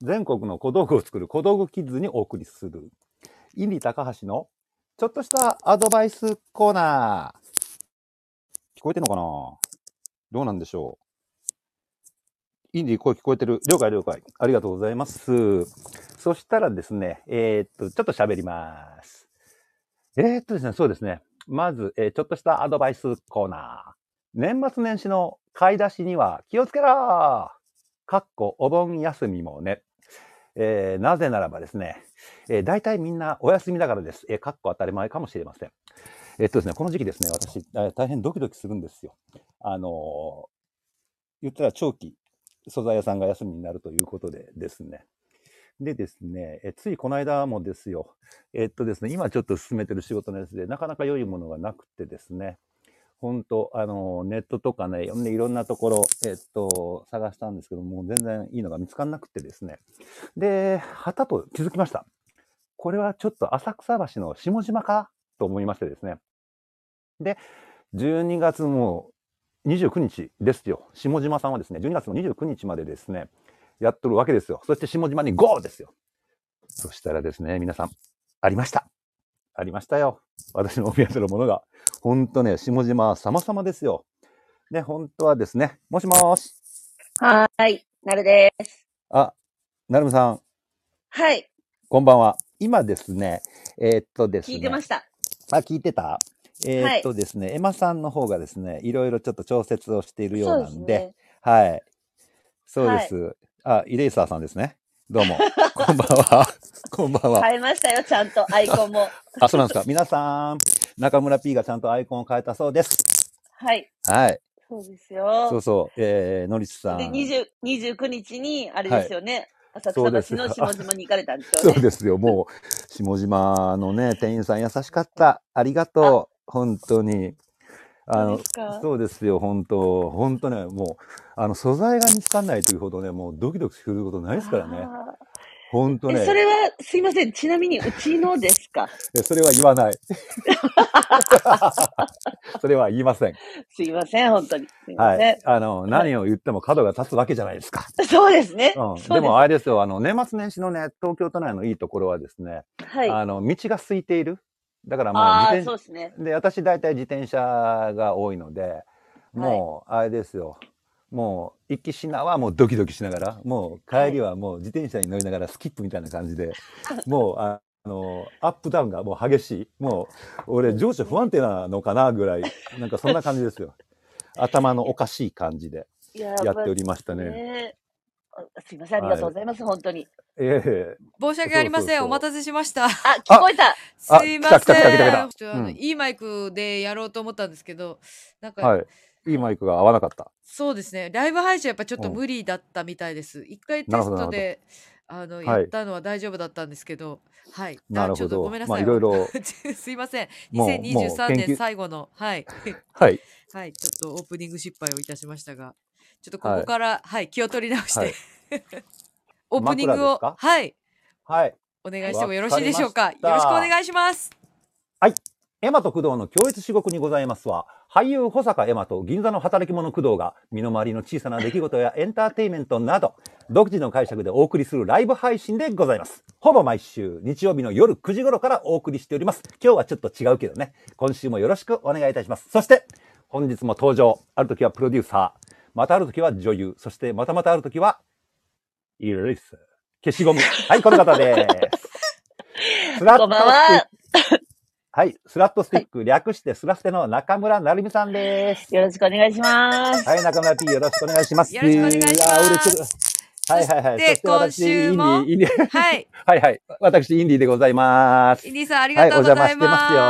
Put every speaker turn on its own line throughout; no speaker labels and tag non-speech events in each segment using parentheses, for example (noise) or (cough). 全国の小道具を作る小道具キッズにお送りする、インディ高橋のちょっとしたアドバイスコーナー。聞こえてんのかなどうなんでしょうインディ声聞こえてる。了解了解。ありがとうございます。そしたらですね、えーっと、ちょっと喋ります。えーっとですね、そうですね。まず、えーちょっとしたアドバイスコーナー。年末年始の買い出しには気をつけろかっこお盆休みもね。えーなぜならばですね、えー、大体みんなお休みだからです。えー、かっこ当たり前かもしれません。えっとですね、この時期ですね、私、えー大変ドキドキするんですよ。あのー言ったら長期、素材屋さんが休みになるということでですね。でですね、えーついこの間もですよ、えっとですね、今ちょっと進めてる仕事のやつで、なかなか良いものがなくてですね、本当あのー、ネットとかね、ねいろんなところ、えっと、探したんですけど、もう全然いいのが見つからなくてですね。で、はたと気づきました。これはちょっと浅草橋の下島かと思いましてですね。で、12月も29日ですよ。下島さんはですね、12月の29日までですね、やっとるわけですよ。そして下島に GO! ですよ。そしたらですね、皆さん、ありました。ありましたよ。私のお目当てのものが。ほんとね、下島様々ですよ。ね、本当はですね、もしもーし。
はーい、なるです。
あ、なるみさん、
はい、
こんばんは。今ですね、えーっとで
聞
す
いて
ね、
ました。
あ、聞いてたえーっ
はい、
とですね、エマさんの方がですね、いろいろちょっと調節をしているよう
そう
な
です
んで、
ね。
はい、そうで
はい、
す。あ、イレイサーさんですね。どう
(laughs)
も。こんばんは。 (laughs) こんばんは。
変えましたよ、ちゃんとアイコンも。
あ、そうなんですか。皆さん、中村 P がちゃんとアイコンを変えたそうです。
はい、
はい。
そうです
そう
よ。
そう。えー、ノリスさ
で、
ん。
20 29日に、あれ
は
で
い。
すよね、浅
そ
草
うで
橋
す。
の
あ
下島に行かれたんですよ
そう
ね。
ですよ。もう、下島の
(laughs)
ね、店員さん優しかった。ありが
あ、
とう。本当に。あ
そうで
の、
すか。
そうですよ。本当本当ね、もう、あの、素材が見つかんないというほどね、もうドキドキすることないですからね。
ああ。
本当
え、そ
ね、
れは、すいません、ちなみに、うちのですか。
えそれは言わない。 (laughs) それは言いません。
すいません、本当に。すいま
はい。
せん。
あの、
は
何を言っても角が立つわけじゃないですか。
い。そうですね。
うん。
そ
で
うで
も、
す。
あれですよ。あの、年末年始のね、東京都内のいいところはですね、
はい。
あの、道が空いている。だからもう自
ああ、
転、
そうですね。
で、私大体自転車が多いので、
はい。
もう、あれですよ。もう、行きしなはもうドキドキしながら、もう
は
帰り
い。
はもう自転車に乗りながらスキップみたいな感じで、もう、ああの、アップダウンがもう激しい。もう、
そ
俺、
うで
情
す
緒不
ね。
安定なのかなぐらい、なんかそんな感じです
(laughs)
よ。頭のおかしい感じで
いや、
やっ
ま
て
あ、
おりましたね。
ねえ。あすいません、ありが
は
とうご
い。
ざいます、本当に。
ええ
申し訳あ
そ
り
う
ま
そう
せん。お待
そ
たせしました。
あ、
う。
聞
あ、
こえた。
す
あ、来
いま
た来た来た来た
せ
来た。
ん。ちょっとあ
う
の、
ん。
いいマイクでやろうと思ったんですけど、なんか、
はい。いいマイクが合わなかった。
そうですね。ライブ配信やっぱちょっ
う
と
ん。
無理だったみたいです。一回
なるほ
テス
ど、な
ト
るほど。
で、あの、や
は
っ
い。
たのは大丈夫だったんですけど、はい。
な
だ、
る
ち
ほ
ょっとご
ど。
めんな
まあ、
さ
い
い。
ろ
ほ
い
んと
ろ、
ち (laughs) すいません。
もう、
2023
もう、研
年
究、
最後の、はい。
はい。
(laughs) はい。ちょっとオープニング失敗をいたしましたが、ちょっとこ
は
こ
い。
から、はい。気を取り直し
は
て、
い。
(laughs) オープニ
枕で
ング
す
を、
か
はい。
はい。
お願いして
わ
もよろ
か
しい
り
でし
ま
ょう
し
か。よろしくお
た。
願いします。
はい。エマと工藤の共越至極にございますは、俳優保坂エマと銀座の働き者工藤が、身の回りの小さな出来事やエンターテインメントなど、独自の解釈でお送りするライブ配信でございます。ほぼ毎週、日曜日の夜9時頃からお送りしております。今日はちょっと違うけどね、今週もよろしくお願いいたします。そして、本日も登場、ある時はプロデューサー、またある時は女優、そしてまたまたある時は、イレイス。消しゴム。はい、この方です。スラ
こん
ッ
ばん
とスティック。
は。
はい、スラットステ
は
ィッ
い。
ク、略してスラステの中村なるみさんです。
よろしくお願いしま
はい、
す。
中村 P よろしくお願いします。
よ
い
ろしくお願いし
やー、俺ち
ま
ょっと、
す。
は
そ
い
し
はいはい。そ
て
して私、
今週
インディ、
も、
インディ、
はい。
(laughs) はいはい。私、インディでございま
イ
す。
ンディさんあり
は
が
い、お
とうご
邪魔
ざい
してますよ。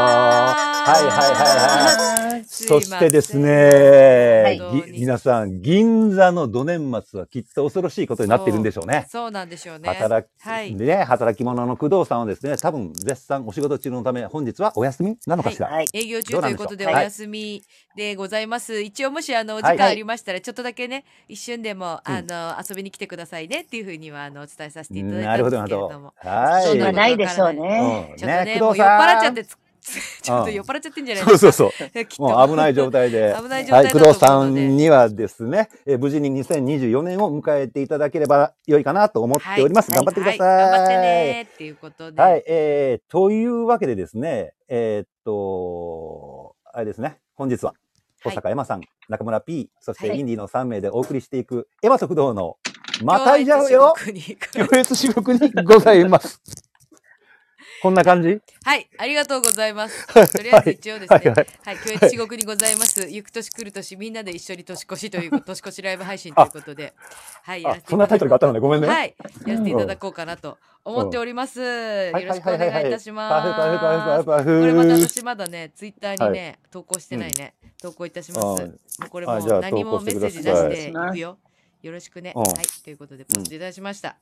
はいはいはいはい。
ます。
は
す
そ
い
し
ま
てです
せん、
は
本
ね、
い。
当
ぎ、
に。
皆さん、銀座の土年末はきっと恐ろしいことになっているんで
そ
しょう
う、
ね。
そうなんでしょうね。
働き、
はい、
ね、働き者の工藤さんはですね、多分絶賛お仕事中のため、本日はお休みなの
は
かし
い。
ら。
はい。
営業
どう
中と
ないんで
う
し
こ
ょ
と
う。
でお
はい。
休みでございます。一応もしあのお
は
時
い。
間
は
あ
い。
りましたらちょっとだけね、一瞬でも
う
あ
ん。
の遊びに来てくださいねっていうふうにはあのお伝えさせていただい
な
た
る
ん
ほ
で
ど、なる
すけ
ほ
れども、
ど。
ち
は
ょっとどう
時
な
間
る
い。
ないで
かわから
しょ
な
う
い。
ね。
うん。
ちょっと
ね、
ね、
工
もう
藤
酔っ払っち
さ
ゃっ
ん。
てちょっと酔っ払っちゃってんじゃない
そう
です
そう
か。
そう。
う (laughs) きっと
もう危ない状態で。
危ない状
は
態
い、
だ
工
と
藤さ
思うので、
んにはですね、えー無事に2024年を迎えていただければ良いかなと思っております。
はい
頑張ってください。
はい、頑張ってねーっていうことで、
はい、えー、というわけでですね、えーっと、あれですね、本日は、小坂エマさん、中村 P、そし
は
て
い
インディの3名でお送りしていく、エマ食堂の、またいじゃうよ
強烈至極に
行列至極にございます。こんな感じ
はい、ありがとうございます。
はい
とりあえず一応です
はい
ね
は、い。
はい、今日四国にございます。行く年来る年、みんなで一緒に年越し
(laughs)
という、年越しライブ配信ということで、はい、
あ、そんなタイトルがあったの
で、
ね、ごめんね。
はい、やっていただこうかなと思っております。よろしくお願いいたし
パ
ます。
フパフパフパフパフ。
これまた私まだね、ツイッターにね、投稿してないね、投稿いたします。も
うん
うこれ
は
も
いじゃあ
う何
投
も
稿し
メ
てく
ッ
だ
セー
さい
ジ出していくよ。よろしくね。
うん
はい、ということでポストいたしました。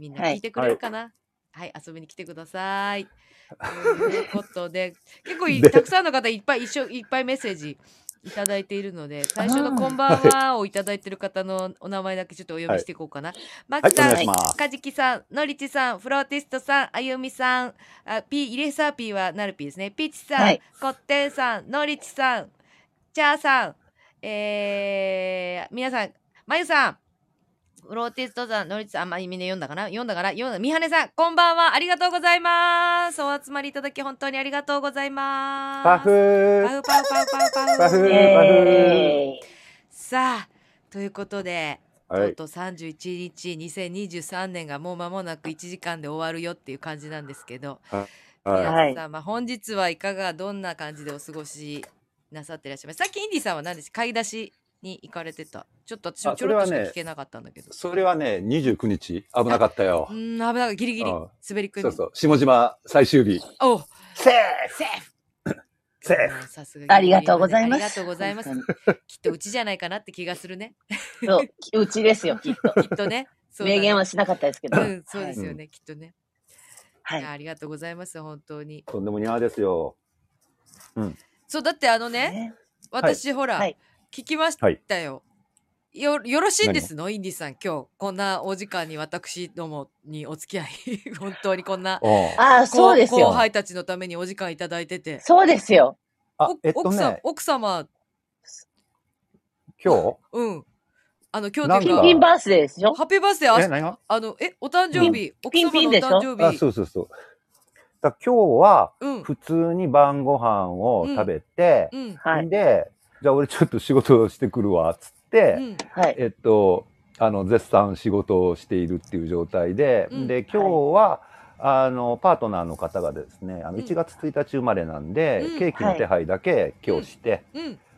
みんな聞いてくれるかな、はい、遊びに来てください。ということで、結構い
で
たくさんの方いっぱい一緒いっぱいメッセージいただいているので、最初のこんばんはをいただいている方のお名前だけちょっとお読みしていこうかな。マキ
はい、お
さん
願いし、ます。
かじきさん、のりちさん、フローティストさん、あゆみさん、あピーイレーサーピーはなるピーですね。ピーチさん、
はい
こってんさん、のりちさん、チャーさん、えー、皆さん、まゆさん、フローティストさん、のりちさん、あんまりみんな読んだかな読んだかな読んだ。みはねさん、こんばんは、ありがとうございます。お集まりいただき本当にありがとうございます。
パフ
パ
ー。
フパフパフパフパフ
パフ
イ
エ
エ
さあ、ということで、
は
とう
い。
とう31日2023年がもう間もなく1時間で終わるよっていう感じなんですけど、
はい。
はい
皆様本日はいかがどんな感じでお過ごしなさっていらっしゃいますさっきインディさんは何です買い出しに行かれてたちょっと私も
あ
ちょろっとし
そ
か
れはね
聞けなかったんだけど、
それはね、29日、危なかったよ
う。ーん危ないギリギリ
うん
滑り込み
そうそう、下島最終日。
おう
セー
セーフ
フセーフ
あーさすがギリギリまで
ありがとうございます。
ありがとうございます
本
きっとうちじゃないかなって気がするね
当に。そう、うちですよ、きっと。
きっとねそうだね
明言はしなかったですけど。
うんそうですよね、きっとね
はいい。
やありがとうございます本当に
とんでもにゃーですよ。
そうだってあのね
ね
私、ほら、
はい
聞きましたよ。よよろしいんですのインディさん今日こんなお時間に私どもにお付き合い (laughs) 本当にこんな
うん
ああ、そうです
後
よ。
輩たちのためにお時間いただいてて
そうですよ。
あ
お、
えっと
奥さん
ね、
奥様
今日
うんあの今
な
日
ん
と
か
い
ピンピ
うか
ンバースデーでしょ
ハッピーバースデーあ
何が
あのえお誕生日奥
ピン
様
ピ
の
ン
お
でしょ
誕生
あ、
日
そうそうそう。だから今日は、
うん
普通に晩ご飯を食べて、
うん
はい。
で、じゃあ俺ちょっと仕事をしてくるわ、つって、
うん
はい。
えっと、あの、絶賛仕事をしているっていう状態で、
うん
で、今日は、あの、パートナーの方がですね、あの、
うん
1月1日生まれなんで、
うん
ケーキの手配だけ今日して、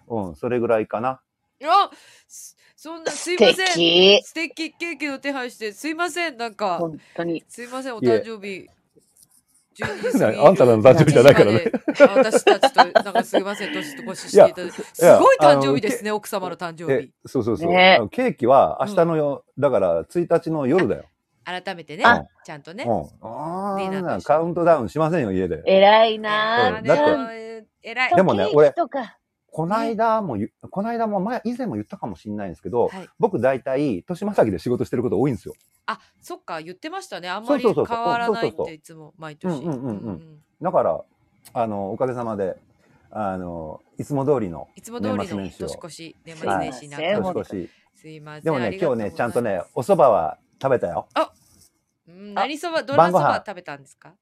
うん
うん、それぐらいかな。
あすそんなすい
素
ません
敵。
素敵ケーキの手配してすいませんなんか
本当に。
すいません、お誕生日。12時過
(laughs)
ぎ
あんたらの誕生日じゃないからね。
1時まで私たちと、なんかすいません、年越ししていただい
(laughs)
て。す
や
ごい誕生日ですね、奥様の誕生
え
日。、
そうそうそう。
ね
あのケーキは明日のよ、だから1日の夜だよ。
改めてね
あ、
ちゃんとね
う。ん。あ
ディナーと一緒
あ
に、
カウントダウンしませんよ、家で。
偉い
あ
な
う
あ
んだって
て、偉い。
でもね
ケーキ
俺
とか
こないだもゆ、こないだも前、以前も言ったかもしれないんですけど、
はい
僕大体、豊島崎で仕事してること多いんですよ。
あ、そっか、言ってましたね。あんまり
そう
変
そうそうそう
わらな
そ
いっ
うそうそ
て、
う
いつも、毎年。
うんうんうんうん
うん
だから、あの、おかげさまで、あの、いつも通りの
いつも通り
年末
の
年
年
始を
越し、年末
はい
年始にな
え
年
ほんと
越し。
すいません。
でも
あ
ね
り、が
今
とう
日ね、
ご
ち
ざ
ゃ
い
ん
ます
とね、、お蕎麦は食べたよ。
うん何そば、どら
晩
そ
ご飯
ば食べたんですか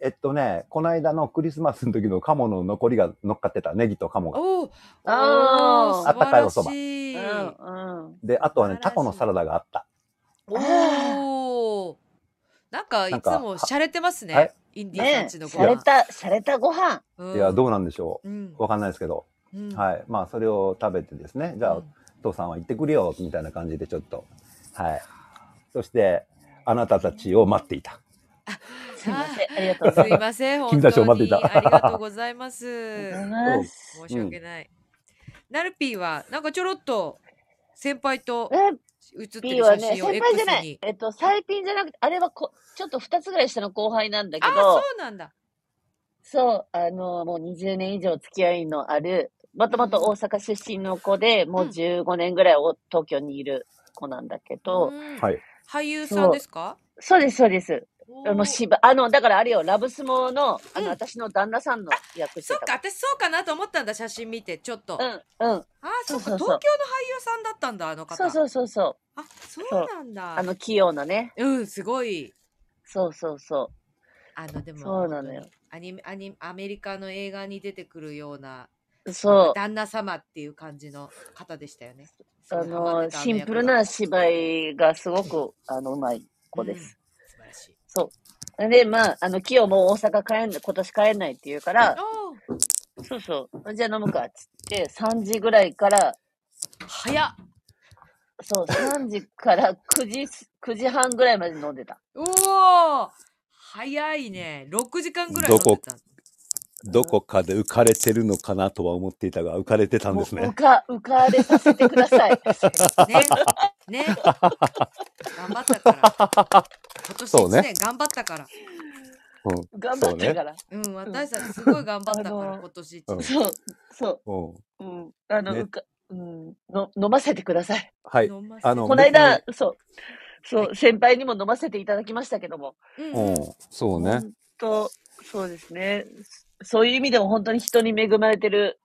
えっとね、この間のクリスマスの時の鴨の残りが乗っかってた、ネギと鴨が。
おー
あー
おー
あったかいおそば
素晴
う
らしい
んうん。
で、あとはね、
素
タ
晴らしい
コのサラダがあった。
おお。なんかい
なん
つ
か
も洒落てます
は
ね
い。
インディーさ
ね
んち
え、
のご
され
飯。
た、されたご飯。
うん
いや、どうなんでしょ
うん
う。わかんないですけど。
うん
はい。まあ、それを食べてですね、じゃ
う
あ
ん、
父さんは行ってくるよ、みたいな感じでちょっと。はい。そして、あなたたちを待っていた。
すいません。ありがとうござい
すいません、
(laughs)
本
君たちを
当
待ってい
に
た
ありがとうございま
ます
す。
ます。
申し訳ない。ナルピーはなんかちょろっと先輩と
え、
写って
ピー
る
は
写
ね、
真を
先輩じゃ
X
な
に
い。。えっと、最ピンじゃなくて、あれはこ、ちょっと二つぐらい下の後輩なんだけ
あ、そ
ど、
うなんだ。
そう、あの、もう20年以上付き合いのある、もともと大阪出身の子で、もう15年ぐらいお東京にいる子なんだけど、
うん
はい。
俳優さんですか？
そうです、そうです。
おー
もうしば、あの、だからあれよ、ラブスモの、あの、
うん
私の旦那さんの役して
そっか
た。
私そうかなと思ったんだ写真見てちょっと、あ
うん、うん。
あそ
そ
っか
うそうそう
東京の俳優さんだったんだあの方
そうそうそうそう。
あそうなんだ
あの、器用なね。
うんすごい
そうそうそ
あのでも
そうなのよ
本当にアニメアニメアメリカの映画に出てくるような
う。そう。
旦那様っていう感じの方でしたよね
あ
すごいハマっ
の、
てた
シンプル
あの役が
な芝居がすごく、あの、うまい子で
うん
す。
素晴らしい
で、まあ、あの、キヨも大阪帰んない、今年帰んないって言うから、
おー
そうそう、じゃあ飲むか、っつって、3時ぐらいから、
早っ
そう、3時 (laughs) から9時す、9時半ぐらいまで飲んでた。
おお早いね6時間ぐらい飲んでた
どこかで浮かれてるのかなとは思っていたが、浮かれてたん
もう
です
浮
ね。
か、浮かれさせてくださ (laughs) い。
ねね頑張ったから今年
そうね
1年頑張ったから
うん
頑張ったから。
うん、私たちすごい頑張ったから、
あの
今年一
うん
年。
そう,、そ
う
う、
ん
うん。あの、
ね
浮か、うん、の飲ませてください。
はい。
飲ませて
あの
この間
別、
そう、そう、先輩にも飲ませていただきましたけども。
うん
う
うんん、
そうね。
本当、そうですね。そういう意味でも本当に人に恵まれてる、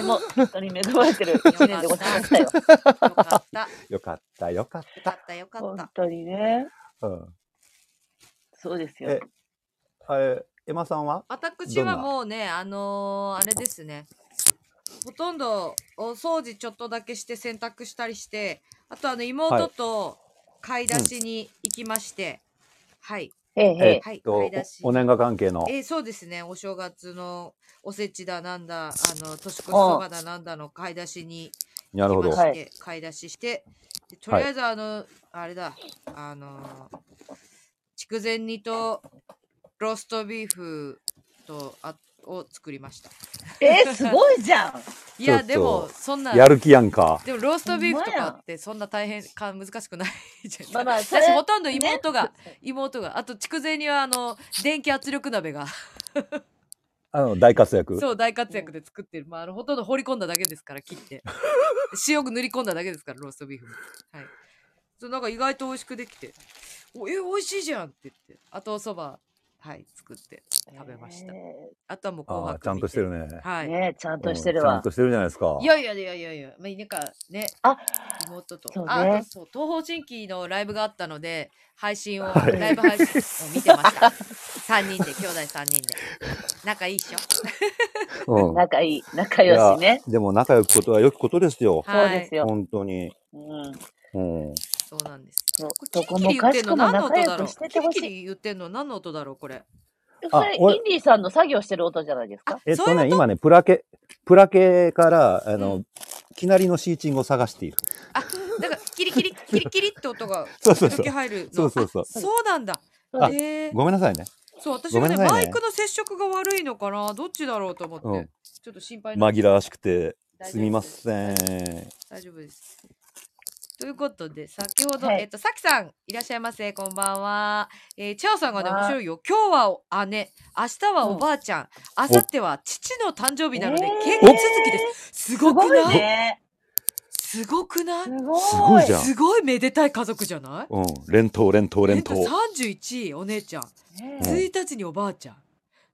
(laughs)
も人に恵まれてる一年でございましたよ。
よかった。よ
よかった、よかっ
かった、よかっ
本
た。
当にね。
た。うん。
そうですよ
え。、あれ、エマさんは
私はもうね、あのーあれですね。ほとんどお掃除ちょっとだけして洗濯したりして、あとあの妹と買い出しに行きまして、はい、
ええ、ええ。
はい、
と
買い出し
お。お年賀関係の。
えーそうですね、お正月のおせちだなんだ、あの、年越しそばだなんだの買い出しに
なるほど
は。い
買い出しして、でと
はい
りあえずあの、あれだ、あのー、筑前煮とローストビーフとあを作りました。
ええすごいじゃん。
い
ちょ
や、
っと
でも、そんな、
やる気やんか。
でもローストビーフと
ほんま
か
や
ってそんな大変か難しくないじゃん。
まあ
(laughs)
まあ、それ
私ほとんど妹が、妹が、あと筑前煮はあの、電気圧力鍋が、
あの、大活躍。
そう大活躍で作ってる。まあ、あの、ほとんど放り込んだだけですから、
(laughs)
切って。塩塗り込んだだけですから、ローストビーフも。はい。そう、なんか意外と美味しくできて、おえ、美味しいじゃんって言って、あとお蕎麦、はい、作って食べました。
え
あとはもう紅
ああ、
白
ちゃんとしてる
ね。
ね。
は
え
い。
ねえちゃんとしてる
うんちゃん
わ
と。してるじゃないですか。
いやいやいやいやいや、まあ、なんかね、
あ
妹と。
そうね
あ、あとそう、東方神起のライブがあったので、配信を、
はい
ライブ配信を見てました。3人で、兄弟3人で。仲いいっしょ。
うん。
仲いい、仲良しね。
でも仲良くことは良きことですよ。
そう
は
で
い
す。よ。
本当に。
うん。
うん。
そうなんです。
そう
これ
どこ
キ
も
リキリ言っ
か
て
し
んの
こも
何の音
仲良
だろ
く
う
して
キ
て
リ
ほし
キ
い。
リ言ってんの何の音だろうこれ。
それ、イ
俺
ンディさんの作業してる音じゃないですか。
えっ
そ
と
ういう
ね、
こと
今ね、プラケ、プラケから、あの、
う
きなりのシーチングを探している。
だからキリキリキリキリって音が
(laughs) そうそう
時 (laughs)
そう
々。入るの。
そうそうそう
あそうなんだ。
あ
えー、
ごめんなさいね。
そう私が
ごめ
ね
んなさ
マ
いね
イクの接触が悪いのかなどっちだろうと思って、
うん
ちょっと心配なんで
紛らわしくて、
大丈夫です
みません。
大丈夫です。ということで先ほど、
はい
えっとさきさんいらっしゃいませこんばんは。えー、チャオさんがね
こんばん
面
は
白いよ今日は姉明日はおばあちゃん、明後日は父の誕生日なので、
えー
結婚続きです。す
す
ごく
ごい
ない？
ね。
すごくない
すごい。
すごいじゃん
すごいめでたい家族じゃない
うん。連投、連投、連投。
31位お姉ちゃん
ねえ
うん
1日におばあちゃん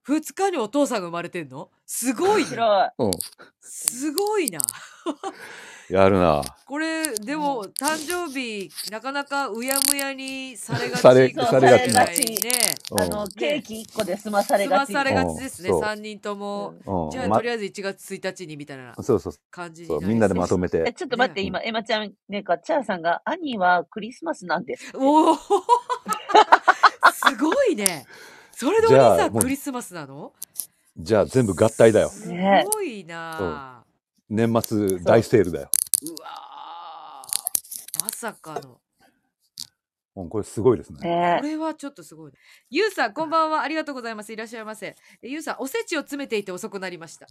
2日にお父さんが生まれてんのすごい
面
な
白
う
い。
ん。
すごいな
やるな。
これでも誕生日なかなかうやむやにされがち
され
されがち
かもしれないね
うん
あの、ケーキ1個で済まされ
済
が
ま
ち。
されがちですね
うんそう
3人とも
うん
じゃあ
ま
とりあえず1月1日にみたいな
そうそう
感じに
そう。
なり
みんなでまと
め
め
え、
て。
ちょっと待って、
ね
今、エマちゃん、ね、ガッチャーさんが、兄はクリスマスなんです。
お (laughs) おすごいねそれでお兄
じゃ
さ
あ
ん
もう
クリスマスなの
じゃあ全部合体だよ。
す
ね
ごいなあ、
年末大セールだよ。
うわあまさかの
うん、これすごいですね。
こ
ね
れはちょっとすごいねゆうさんこんばんはありがとうございますいらっしゃいませでゆうさんおせちを詰めていて遅くなりました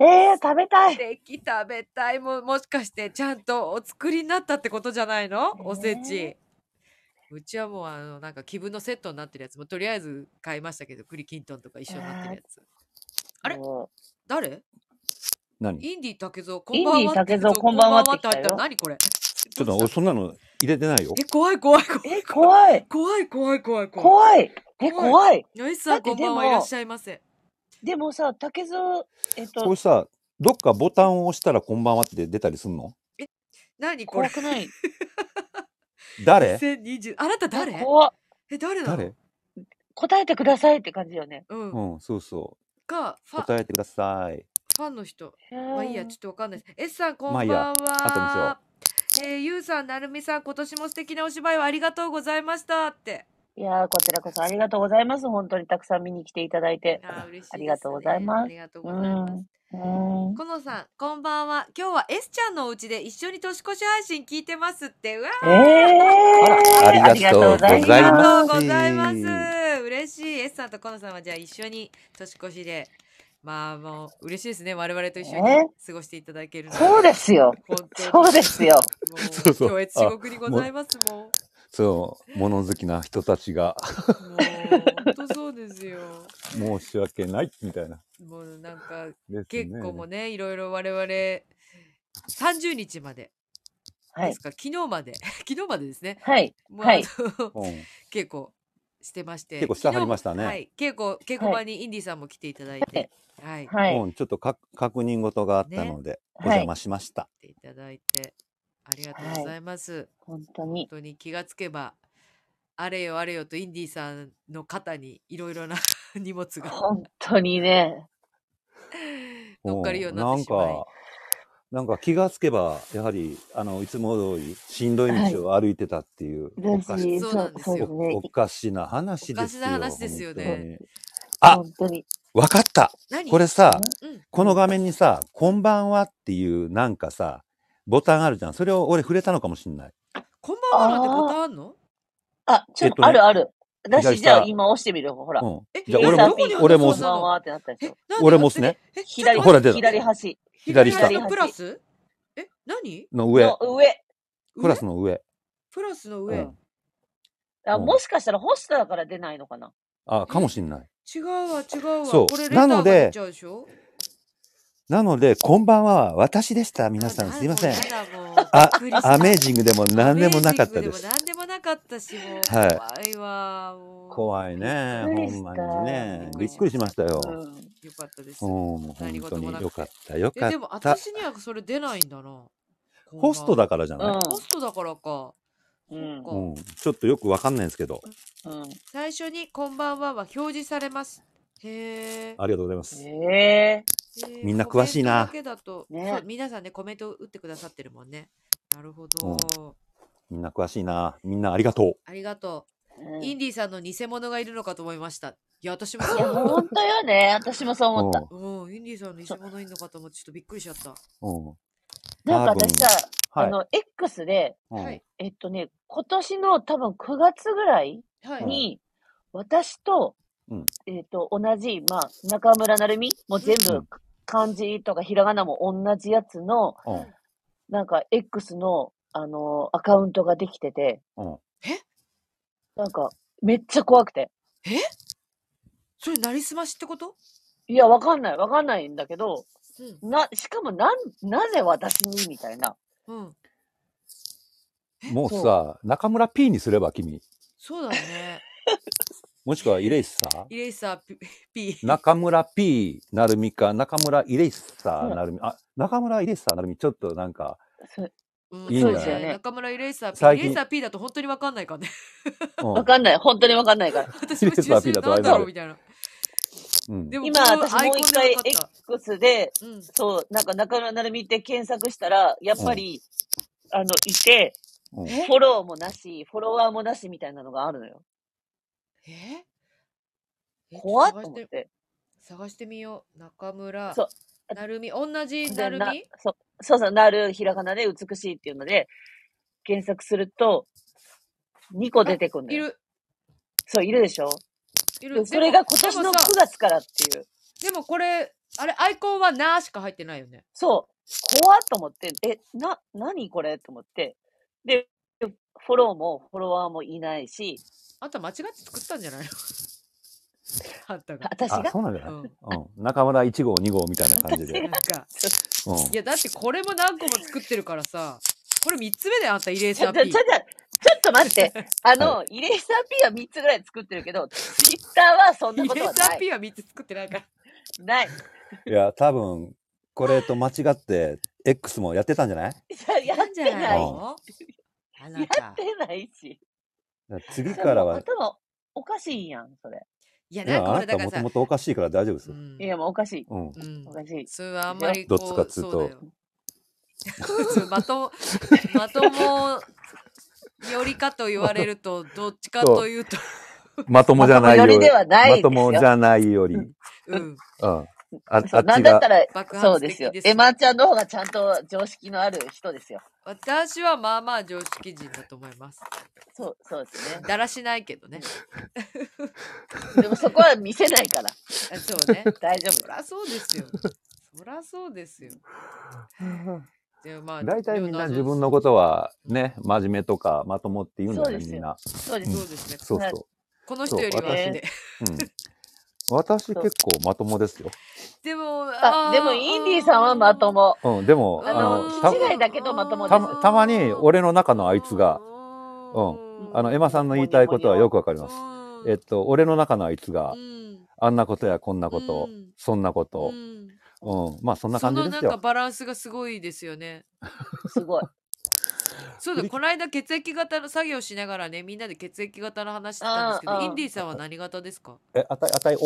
ええー、食べたい。
でき食べたいももしかしてちゃんとお作りになったってことじゃないのおせち、
ね
うちはもうあのなんか気分のセットになってるやつもとりあえず買いましたけど栗きんとんとか一緒になってるやつ、あれ
も
誰
何
インディ竹蔵こ
イ
ん
ンデ
ばん
ィ
は
竹蔵こんばんは
こんばんはって入ったら
って
何これ
ちょっと俺そんなの入れてないよ。
え、怖い怖い怖い。
え、怖い。
怖い怖い怖い怖い。
怖い。え、
怖い
怖い。
ノイさ
だ
ん、
って
こんばんはい
でも
らっしゃいませ。
でもさ、竹蔵、えっ
ことれ、さ、どっかボタンを押したらこんばんはって出たりすんの
何こ
怖
れ
くない。
誰
?2020。あなた (laughs) 誰
怖っ
え、誰なの
誰
答えてくださいって感じよね。
うん。
うん、そうそ
か、フ
う。
ァ
答えてください。
ファンの人。
ま
まあいいや、ちょっとわかんないです。S さん、こん
まあ
ば
い
ん
いや
は。
後
えー、ゆうさん、なるみさん、今年も素敵なお芝居をありがとうございましたって。
いやー、こちらこそありがとうございます。本当にたくさん見に来ていただいて。
あー嬉しいです、ね。
ありがとうございます
ありがとう
う
ございます。
ん。うん。
このさん、こんばんは。今日は S ちゃんのお家で一緒に年越し配信聞いてますって。うわ
えー、
あらありがとうござ
あ
い
り
ますあ
がとう
りがとう
ご
ご
ざ
ざ
い
い
ます
ま。
嬉しい。S さんとこのさんはじゃあ一緒に年越しで。まあもう嬉しいですね。我々と一緒に
ね
過ごしていただけるの
そうですよ。
本当
そうですよ。
そ
に
うそう
もう、超越至極にございますもん。
そう、物好きな人たち
(laughs)
が
もう本当そうですよ。
申し訳ないみたいな。
もうなんか
ですね
結構もね、いろいろ我々30日まで
は
で
い
す。か、昨日まで (laughs) 昨日までですね。
はい。
もう
はい
あの
うん、
稽古してまして、
稽古してはりましたね
昨日はい、稽古稽古場にインディさんも来ていただいて、はい、来
はい。
うんちょっとか確認事があったので、お
は
邪
い。
魔しました。
ていただいてありがとうございます。
本当
本
に。
当に気がつけば。あれよあれよとインディさんの肩にいろいろな (laughs) 荷物が
本当にね。
乗っかるよう
うん
にな
な
って
ん
しまい
か、なんか気がつけば、やはり、あの、いつも通り、しんどい道を歩いてたっていう、お
だ
かし
し、
そう
そ
なん
う
です
そう
よ
ですね
おお。かしな話ですよ。
おかしな話ですよね
本当に。あ
本当に。
わかった
何
これさ、
うん、
この画面にさ、こんばんはっていうなんかさ、ボタンあるじゃん。それを俺触れたのかもしんない。
こんばんはなんてボタンあんの
あ、ちょっ
えっと
と、
ね
あるある。だ
左
し、
下
じゃあ今押してみるよ、ほら
う。ん。
え
じゃあ
皆
俺
さん
も
ピンク
俺も押
こ
す
んばんはってなったでしょ。
え
俺も押すね。
なんで勝手にえ、
左、
ちょっと
ほら
待
出た
って
左端
左下
のプラスえ、何
の上
の、上。
プラスの上。
プラスの
う
上、
ん。
あ、
うん
もしかしたらホストだから出ないのかな
あ、かもしんない。
違うわ、違うわ。
そう
これレター
な
が
ので
出ちゃうでしょ
なので、こんばんは、私でした。皆さんすいません。
あ、
あ
びっくりした
アメージングでも何でもなかったです。
アメージングでも何でもなかったし、もう
は
怖いわ。もう
怖いね。
びっくり
ほ
し
ん
た
まにね。びっくりしましたよ。うん
うん。
よかったです。
もう
何
本
事
当
も
に
なく
よかった、よ
え、
かっ
でも
た。
私にはそれ出ないんだな。
ホストだからじゃ
う
ない
ホストだからか。
うん
そっ
う
か
ん。ちょっとよくわかんないんですけど。
ん。
最初にこんばんはは表示されます。へえ。
ありがとうございます。
うん。ええ。
えー
みんな詳しいな
コメントだけだと、
ね
そう皆さんね、コメント打ってくださってるもんね。なるほど。
みんな詳しいな。みんなありがとう。
ありがとう、
うん
イン
い
ディさんの偽物がいるのかと思いました。いや、私も
や、
そう。
本当よね。私もそう思った。
うん、インディさんの偽物いるのかと思って、ちょっとびっくりしちゃった。
うん。うん。
なんか私さ、
は
あ
い。
の、X で、
うん
はい。
えっとね、今年の多分9月ぐらい
はい。
に、私と
うん、
えっと、同じ、まあ、中村なるみもう全
う
部
ん、
漢字とかひらがなも同じやつの、
うん
なんか X の、あのーアカウントができてて、
うん
なんか、めっちゃ怖くて。
それ、なりすましってこと
いや、わかんない、わかんないんだけど、
うん。
な、しかもなん、なぜ私にみたいな。
うん。
もうさ、中村 P にすれば君。
そうだね。
もしくはイレイサ
(laughs) イレイサー P。
ー中村 P なるみか、中村イレイサーなるみ。あ、中村イレイサーなるみ、ちょっとなんか、
そ
うん
いいんじゃない
そうだ中村イレイサー
最
P。イ
近
レイサー P だと本当にわかんないか
(laughs)
らね。
うん
わかんない、本当にわかんないから。
私も
イレイサー P だと
なんだろ
あれだ
う
よ
みたいな。
うん
でも
今
この
私
アイ
も
コ
う
ン
一
で
回
わかった
X で、
うん。
そう、なんか中村なるみって検索したら、やっぱり、あの、いて、
うん
え
フォローもなし、フォロワーもなしみたいなのがあるのよ。
ええ
怖っ
ちょ
と
っ
思
と探
っ
して
て。
探してみよう。中村
そう。
なるみ。同じな
で
る
な
み
そうそうそう、なる、ひらがなで美しいっていうので、検索すると、2個出てくるの
い
よ。
る。
そう、いるでしょで
いる。
それが今年の9
でもさ
月からっていう。
でもこれ、あれ、アイコンはなーしか入ってないよね。
そう、怖っと思って、え、な、何これと思って。で、フォローもフォロワーもいないし、
あんた間違って作ったんじゃないの (laughs) あんたが。
私
あ、
が
そ、うなんじゃ
う
ない、
ん。
うん、中村1号、2号みたいな感じで
(laughs)
な。んか、
うん
いや、だってこれも何個も作ってるからさ、これ3つ目だよ、あんた、イレー
ち
サ
ょ
ー
っと、ち
P
ょ。っと、ちょっと待って。あの、イレーサー P は3つぐらい作ってるけど、ツイッターはそんな
イ
こと
レ
は
ーサ
な
ー
い。
P は3つ作ってないから。
ない。
いや、多分、これと間違って、X もやってたんじゃない
いや、やって
ん
ない。や
のあなた
っ。てないし。
だから次からは、
頭おかしいやん、それ。
いや、
い
なん
や、
か
あな
俺
た
だから
もと
さ
も。とおかしいから大丈夫です
う
よ。
ん
いや、もうおかしい。
うん。
うん
おかしい。
それはあんまりこう
どっちかっつうと
そうだよそうまと
(laughs)
まともよりかと言われるとどっちかというと
まともじゃない
ま
よ
ともより
り。
ではないですよ
まともじゃないより。
う
うんん。
う、ん、
ああっち
そうなんだっ
が
た。ら、
爆
そう
発
で
的
すよ
で。す
エマちゃんの方がちゃんと常識のある人ですよ。
私はまあまあ常識人だと思います
そう、そうですね。
だらしないけどね
でもそこは見せないから、 (laughs)
あそうね
大丈
そ
夫。
らそうで
(laughs)
すよそらそうですよでまあ
大体みんな自分
の
のことはね、真面目とかまともって言うんだ
そう
よね、
ですよ
みんな。
そうです。
(laughs) そうですね
そうそ
この人よりは
そう私
ね (laughs)
う。うん。私結構まともですよ。
でも
あ、でも、インディーさんはまと
も
も。
うん、でも、
あ
あ
の
の、
気違い
た
だけどまとも
たまたまに俺の中のあいつが、
う
あの、エマさんの言いたいことはよくわかります。
うん
えっと、俺の中のあいつが
う、ん
あんなことやこんなこと
う、ん
そんなこ
う
と、
ん
うん、まあそんな
そ
感じ
の
で
な
す
んか
よ。
バランスがすごいですよね。
すごい。
そうだ、この間血液型の作業しながらね、みんなで血液型の話してたんですけ
あー
ど、
あー
インディさんは何型ですか (laughs)
え、あたい、あたい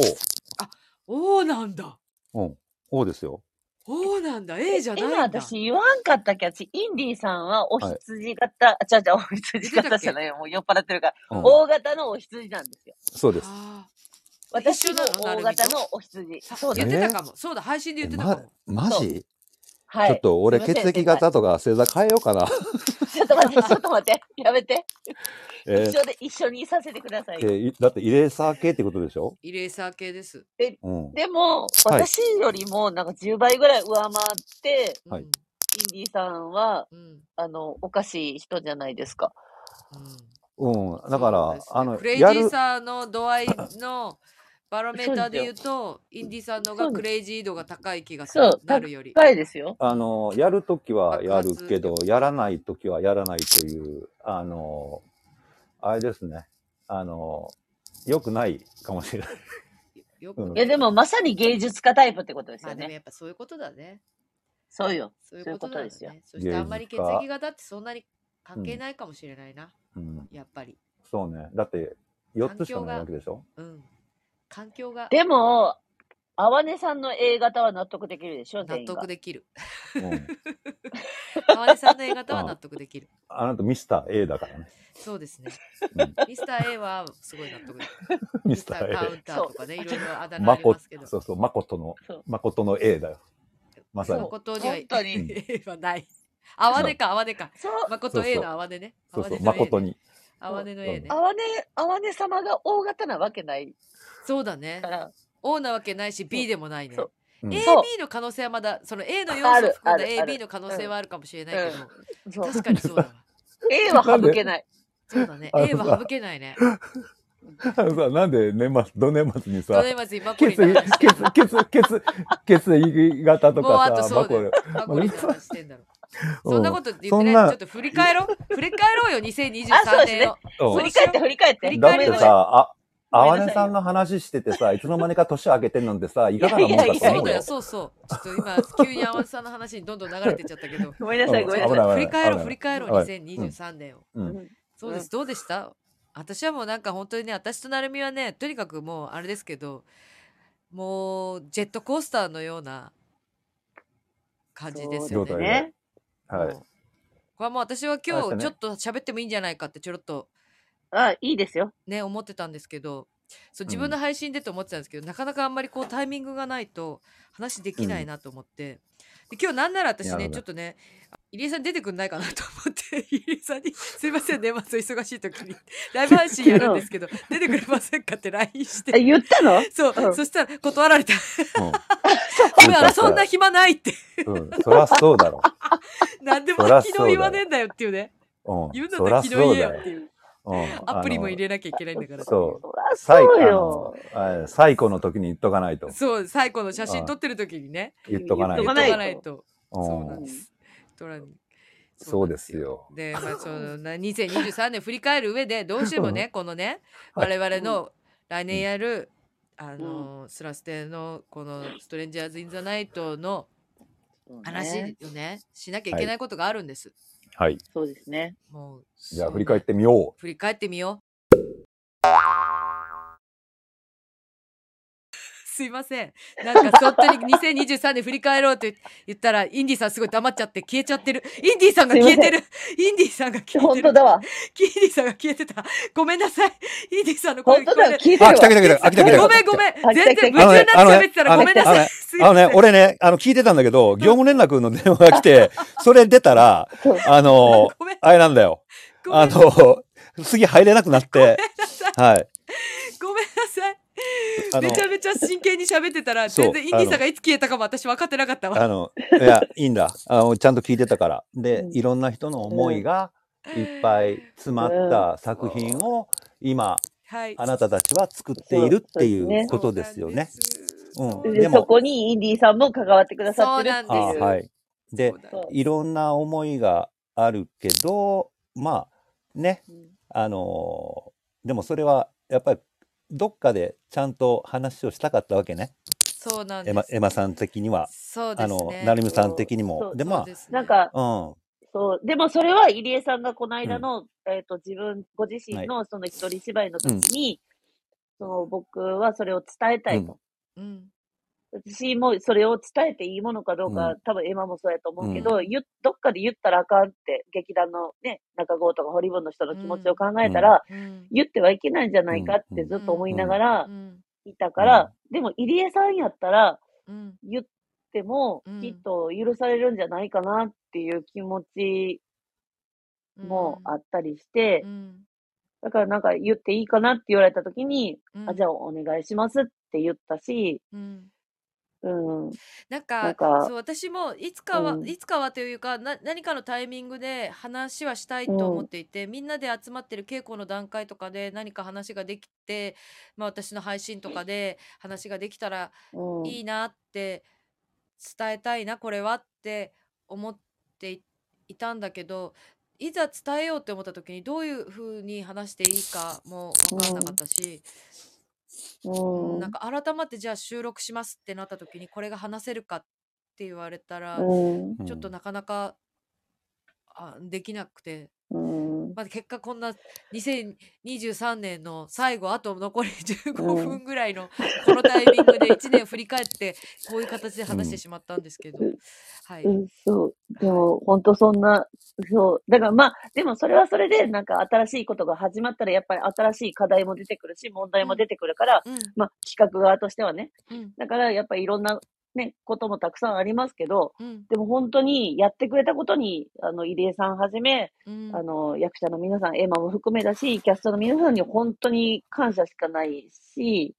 おーなんだ
O。うん。O ですよ。
おーなんだ !A じゃないん
今
だ
私言わんかったっけ私、インディーさんはお羊型、あ、ちゃうちゃう、お羊型じゃないよ。もう酔っ払ってるから。
うん、
大型のお羊なんですよ。
そうです。
あ
私
一緒
の
なの
大型のお羊。
ー
そうで
言
す。
ってたかも。そうだ、配信で言ってたか
ま
も。、
マジ、
は
ちょっ
い。
と俺
すいません
血液型とか星座変えようかな。
ちょっと待って、ちょっと待って。やめて。
(laughs) え
一緒で、一緒にさせてください
え。いだってイレーサー系ってことでしょ
イレーサー系です。
うん。
でも、
い
私よりもなんか10倍ぐらい上回って、
うん
はい。
インディーさんは、
うん。
あの、おかしい人じゃないですか。
うん
うん。だから、
そうですね
あの、
クレイジ
や
ー
る、
さの
(laughs)
度合いのバロメーターで言うと、インディさんの
そ
が
うです
クレイジー度が高い気がす
そ
る
う。
なるより。
深いですよ。
あの、やるときはやるけ
爆
ど、やらないときはやらないという、あの、あれですね。あの、良くないかもしれない。 (laughs)
よ
うん
いや、でもまさに芸術家タイプってことです
ま
よ
あでも
ね。
やっぱそういうことだね。
そうよ。
そういうことなんだ
そういう
ね。そしてあんまり血液型ってそんなに関係ないかもしれないな、
うん。
やっぱり。
そうね。だって、4つしかないわけでしょ
うん。環境が
でも、あわねさんの A 型は納得できるでしょ、全
納
員が。
得できる。
うん。
川根さんの A 型は納得できる。
あなたミスター A だからね。
そうですね
うん。
ミスター A はすごい納得できる。
(laughs) ミ
ミ
ス
ス
タ
タ
ー
ーカウ
A。
ンターとかね、いろいろあだ名あ
ま
り
こ
ますけど、。
そうそう、まことの、
そう。
まことの A だよ。まさに
そう。
誠には
本当に
うん
A はない。あわねか、あわねか。
そう。
誠
そう
A
そう
のあわねね。
そうそう、
あ
ま
わねの A ね
こと。に。
あわねの A ね
あ。わね、あわね様が大型なわけない
そうだね
か。ら。
O なわけないし B でもないね
そう。
うん
AB
そう
の可能性はまだその A の要
あ
素を
る
含んだ
あるある
AB の可能性はあるかもしれないけど、
そう。
確かにそうだわ
A は省けない。
そうだね
あの
A は省けないね
(laughs) さあなんで年末、ど年末に
ド
さ、
ネマズ今こ
血
れ
液、血液、血液、血液、血液型と
もうあと
かさ、
そうだよ
れ。
マコリンの話してんだろ
うん
そんなこと言
そ
って
ん
ない
な
ちょっと振り返ろう振り返ろうよ
あそうで
2023
すね
年を
うん
振り返って、振り返って。
振り
だっ
返
て
るの
さ、あ、あ
ご
わ
めんなさいよ
ねさんの話しててさ、いつの間にか年明けてんのでさ、いかがなもんか
いや
と
いやい
そ
思
う
う
だ
よ
よ。そうそうちょっと今急に天野さんの話にどんどん流れてっちゃったけど
ごめんなさい、
うん
ごめん
危
な
な
さ
い
い。
危ない
振り返ろう振り返ろう
はい
2023年を
う。
うんん
そうです、どうでした私はもうなんか本当にね私となるみはねとにかくもうあれですけどもうジェットコースターのような感じですよ
そう
ね
だよ。
ね。
は
も
い。
うこれはもう私は
あ
今
れ
日
ですね
ちょっと喋ってもいいんじゃないかってちょろっと
あ、いいですよ。
ね思ってたんですけどそ
う
う
ん
自分の配信でと思ってたんですけど、なかなかあんまりこうタイミングがないと話できないなと思って、で今日なんなら私
なる
ね
ほど
ちょっとね入江さん出てくんないかなと思って (laughs) 入江さんに「すいません年末忙しい時にライブ配信やるんですけど出てくれませんか?」って
(laughs)
LINE し
え、
て。
言ったの
そう、
うん
そしたら断られた。
うん
今はそんな暇ないって。 (laughs)
うん。そらそうだろ。
何でも
そら
昨
そうだよ
日言わねえんだよっていうね。
うん。
言うんだっ
そ
たら
ら
昨
そ
日言
う
えよっ
だ
て
よ。
いう。
うん
アプリも入
れ
れなきゃいけないんだから。
そう
そら
最
そう
あ
よ
の。あれ最古の時に言っとかないと。
そう、最後の写真撮ってる時にね。
言っとかない
言
と
っとか
言っと
ない
か
と
ないと。
う
そうんなんです。ドラに
そうですよ。
で、ま
(laughs)
あ、そのな2023年振り返る上でどうしてもねこのね
は
我々の来年やる、あのスラステのこの「ストレンジャーズ・イン・ザ・ナイト」の
そうね
話をねしなきゃいけないことがあるんです。
はい。
そうですね。
もう
じゃあ振り返ってみよ。
振り返ってみよう。すいません。なんか、そっとに2023年振り返ろうと言ったら、インディさんすごい黙っちゃって消えちゃってる。インディさんが消えてる。インディさんが消えて
本
る。
当だわ。
インディさんが消えてた。 (laughs) ごめんなさい。インディさんの
本
声聞こ
当
えな
だ
い
わ。聞いうてる
あ、
わ
来た来た来た。あ、来た来た来た。
ごめんごめん。
あ
全然
来た来
夢
た
中になって喋ってた
あ
ら
の
ご
ね
めんなさ
あの
い。
ね
すい
あ
ま
の
せ
ね
ん、
俺ね、あの、聞いてたんだけど、業務連絡の電話が来て、それ出たら、
そう
あの、
ごめん。
あれなんだよ。
ごめ
あ
ん
の、次入れなくなって、はい。
ごめんなさい。
あの
めちゃめちゃ真剣に喋ってたら、
そう
全然インディさんがいつ消えたかも私分かってなかったわ。
あの、いや、いいんだ。あの、ちゃんと聞いてたから。で、
うん
いろんな人の思いがいっぱい詰まった作品を、今、
はい。
あなたたちは作っているってい
そ
う
うですね
ことですよね。
そうなん
うん
です。
で
で
も
そこにインディーさんも関わってくださってるって
そ
あ
うなんです
いう。
はい。で
そう、だ
そう
いろんな思いがあるけど、まあ、ね、あのーでもそれは、やっぱり、どっかでちゃんと話をしたかったわけね。
そうなんで
エ
す。
マエマさん的には、
そうで
あ
すね。
の、なるみさん的に
そ
も。
う
で、ま
なん、か、
あ、
そう、でもそれは入江さんがこの間の、えっ、と、自分、ご自身のその一人芝居の時に、その僕はそれを伝えたいと。
うん。
私もそれを伝えていいものかどうか、
う
多分今もそうやと思うけど、言っどっかで言ったらあかんって、劇団のね、中郷とか堀本の人の気持ちを考えたら、
うん。
言ってはいけないんじゃないかってずっと思いながら
うん。
いたから、でも入江さんやったら、
うん。
言っても
うん、
きっと許されるんじゃないかなっていう気持ちもあったりして、
うん。
だからなんか言っていいかなって言われた時に、
うん。
あ、じゃ
あ。
あお願いしますって言ったし、
うん。
うん、
なん
な
か
んか
そう私もいつかは、
うん
いつかはというかな何かのタイミングで話はしたいと思っていて、みんなで集まってる稽古の段階とかで何か話ができて、まあ、私の配信とかで話ができたら
うん、
いいなって伝えたいなこれはって思っていいたんだけどいざ伝えようって思った時にどういう風に話していいかも分かんなかったし、
うん、
なんか改まってじゃあ収録しますってなった時にこれが話せるかって言われたら、
うん、
うん
ちょっとなかなかあできなくて、
うん、
まあ、結果こんな2023年の最後あと残り15
うん
分ぐらいのこのタイミングで1年振り返ってこういう形で話してしまったんですけど、
うん
はい、
うん、そう。でも、ほんとそんな、そう。だからまあ、でもそれはそれで、なんか新しいことが始まったら、やっぱり新しい課題も出てくるし、問題も出てくるから、
うん
まあ、企画側としてはね。
うん
だから、やっぱりいろんな、ね、こともたくさんありますけど、
うん
でも本当にやってくれたことに、あの、入江さんはじめ、
うん
あの、役者の皆さん、エマも含めだし、キャストの皆さんに本当に感謝しかないし、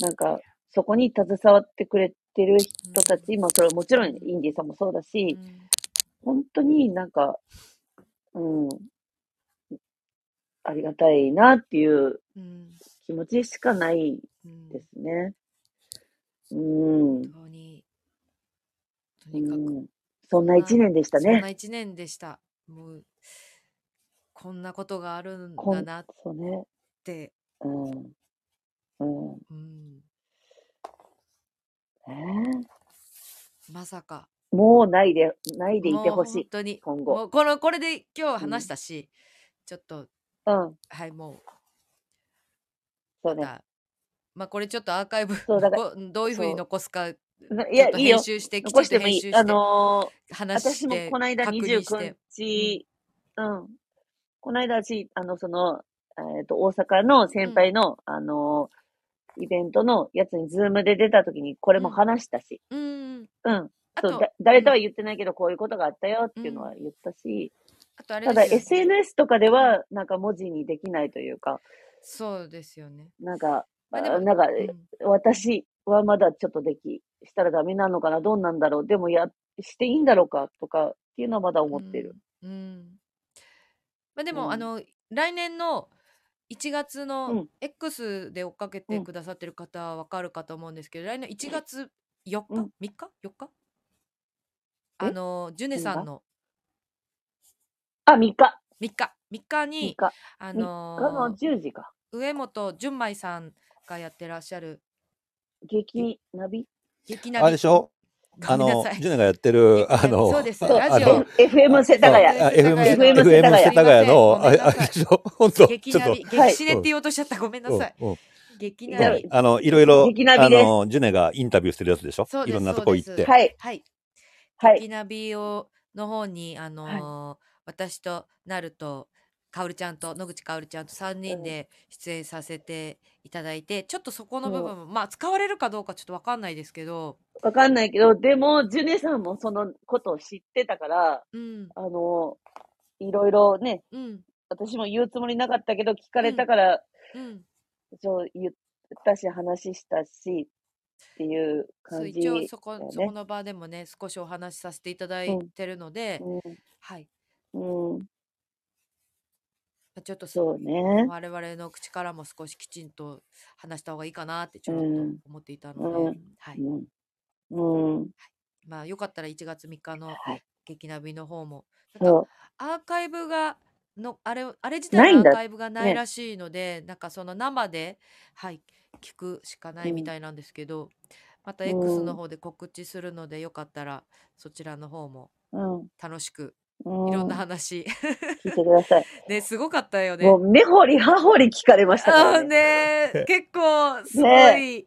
なんか、そこに携わってくれてる人たち、まあ、それはもちろんインディーさんもそうだし、本当になんか、うん、ありがたいなっていう
うん
気持ちしかない
うん
ですね。うん。
本当にと
う
にかく、
ん、そんな一年でした
そん
ね
な。1年でしたもうこんなことがあるん
こ
だ
ん
なっ
そうね。
て、
うん。うん。
うん、
ね
まさか
もうないで、ないでいて
もう
ほし
本
い。
当に
今
も
後。
うこのこれで今
う
日
ん
話したし、ちょっと
うん。
はいも
そう
うま
ね。
たまあこれちょっとアーカイブ
そうだか
こどういうふうに
そう
残すかち
い
ょ
や
っ、と
いいよ
編。集してきち
残
ん
して
と
も
編
い
集し
い。
て
あのー
話
私
し
も
て
この間
確認して
29日、うん。この間私、あの、その、えっ、と、大阪の先輩の、あの、イベントのやつにズームで出た時にこれも話したし、
うんうん
うん。
あ
そう
と
だ誰とは言ってないけど、こういうことがあったよっていうのは言ったし、
あとあれ
ただ
ですよね
SNS とかでは、なんか文字にできないというか、
そうですよね、
なんか、
ま
あ
あでも
なんか、
うん
私はまだちょっとでき、したらダメなのかな、どうなんだろう、でもや、していいんだろうかとかっていうのはまだ思ってる。
うん。うんまあ、でも、
うん
あの来年の1月
う
の
ん
X で追っかけて
うん
くださってる方はわかるかと思うんですけど、来年1月4日、
うん
3日 ?4 日あのジュネさんの
あ、3日。
3日3日
3日
に。
3
あ
日の
のー
10時か。
上本純米さんがやってらっしゃる
激ナビ
劇
あれでしょあ
ごめんな
の
さい、
ジュネがやってる、あの、
そうです
あ
ラジオ
あの
?FM 世田谷。
あ FM 世
FM 世田
FM
谷
世田谷の、あ
ごめん
れ、
な
あ
さい
れでしょ本当
激
ちょっ
な
と
び、
はい
激死ねって言おうとしちゃったごめんなさい、
うんうん
激
い
な
や
び
あの、いろいろ、
劇ナ
あ
ビです
の、ジュネがインタビューしてるやつでしょ
そうで
い
す
ろんなとこ行っ
そうで
て。
す
はい。
はい
はい。
沖縄美容の方にあのー私となるとかおるちゃんと野口かおるちゃんと3人で出演させていただいて、ちょっとそこの部分もまあ使われるかどうかちょっとわかんないですけど、
わかんないけど、でも、ジュネさんもそのことを知ってたから、
うん
あの、いろいろね、
うん
私も言うつもりなかったけど、聞かれたから、
うん、
そう言ったし、話したし、っていう
そ
感
う
じ、
一応そこ,、
だよね
そこの場でもね少しお話しさせていただいてるので、はい
うん。うん。
ちょっと
そうね。
我々の口からも少しきちんと話した方がいいかなってちょっと
うん
思っていたので、
うん
はい、
うん。うん。
まあよかったら1月3日の
はい
劇ナビの方も、なんか
そう。
アーカイブがのあれあれ自
な
体
いん
のア
だ
ーカイブがない
ね
らしいのでなんかその生ではい聞くしかないみ
うん
たいなんですけど、また X
うん
の方で告知するのでよかったらそちらの方も
うん。
楽しく
うん。
いろんな話、
聞いてください。
ねすごかった (laughs) よね。
もう、根掘り葉掘り聞かれましたか
あ
ら
ー
ね。(laughs)
ねー結構すごい、
ね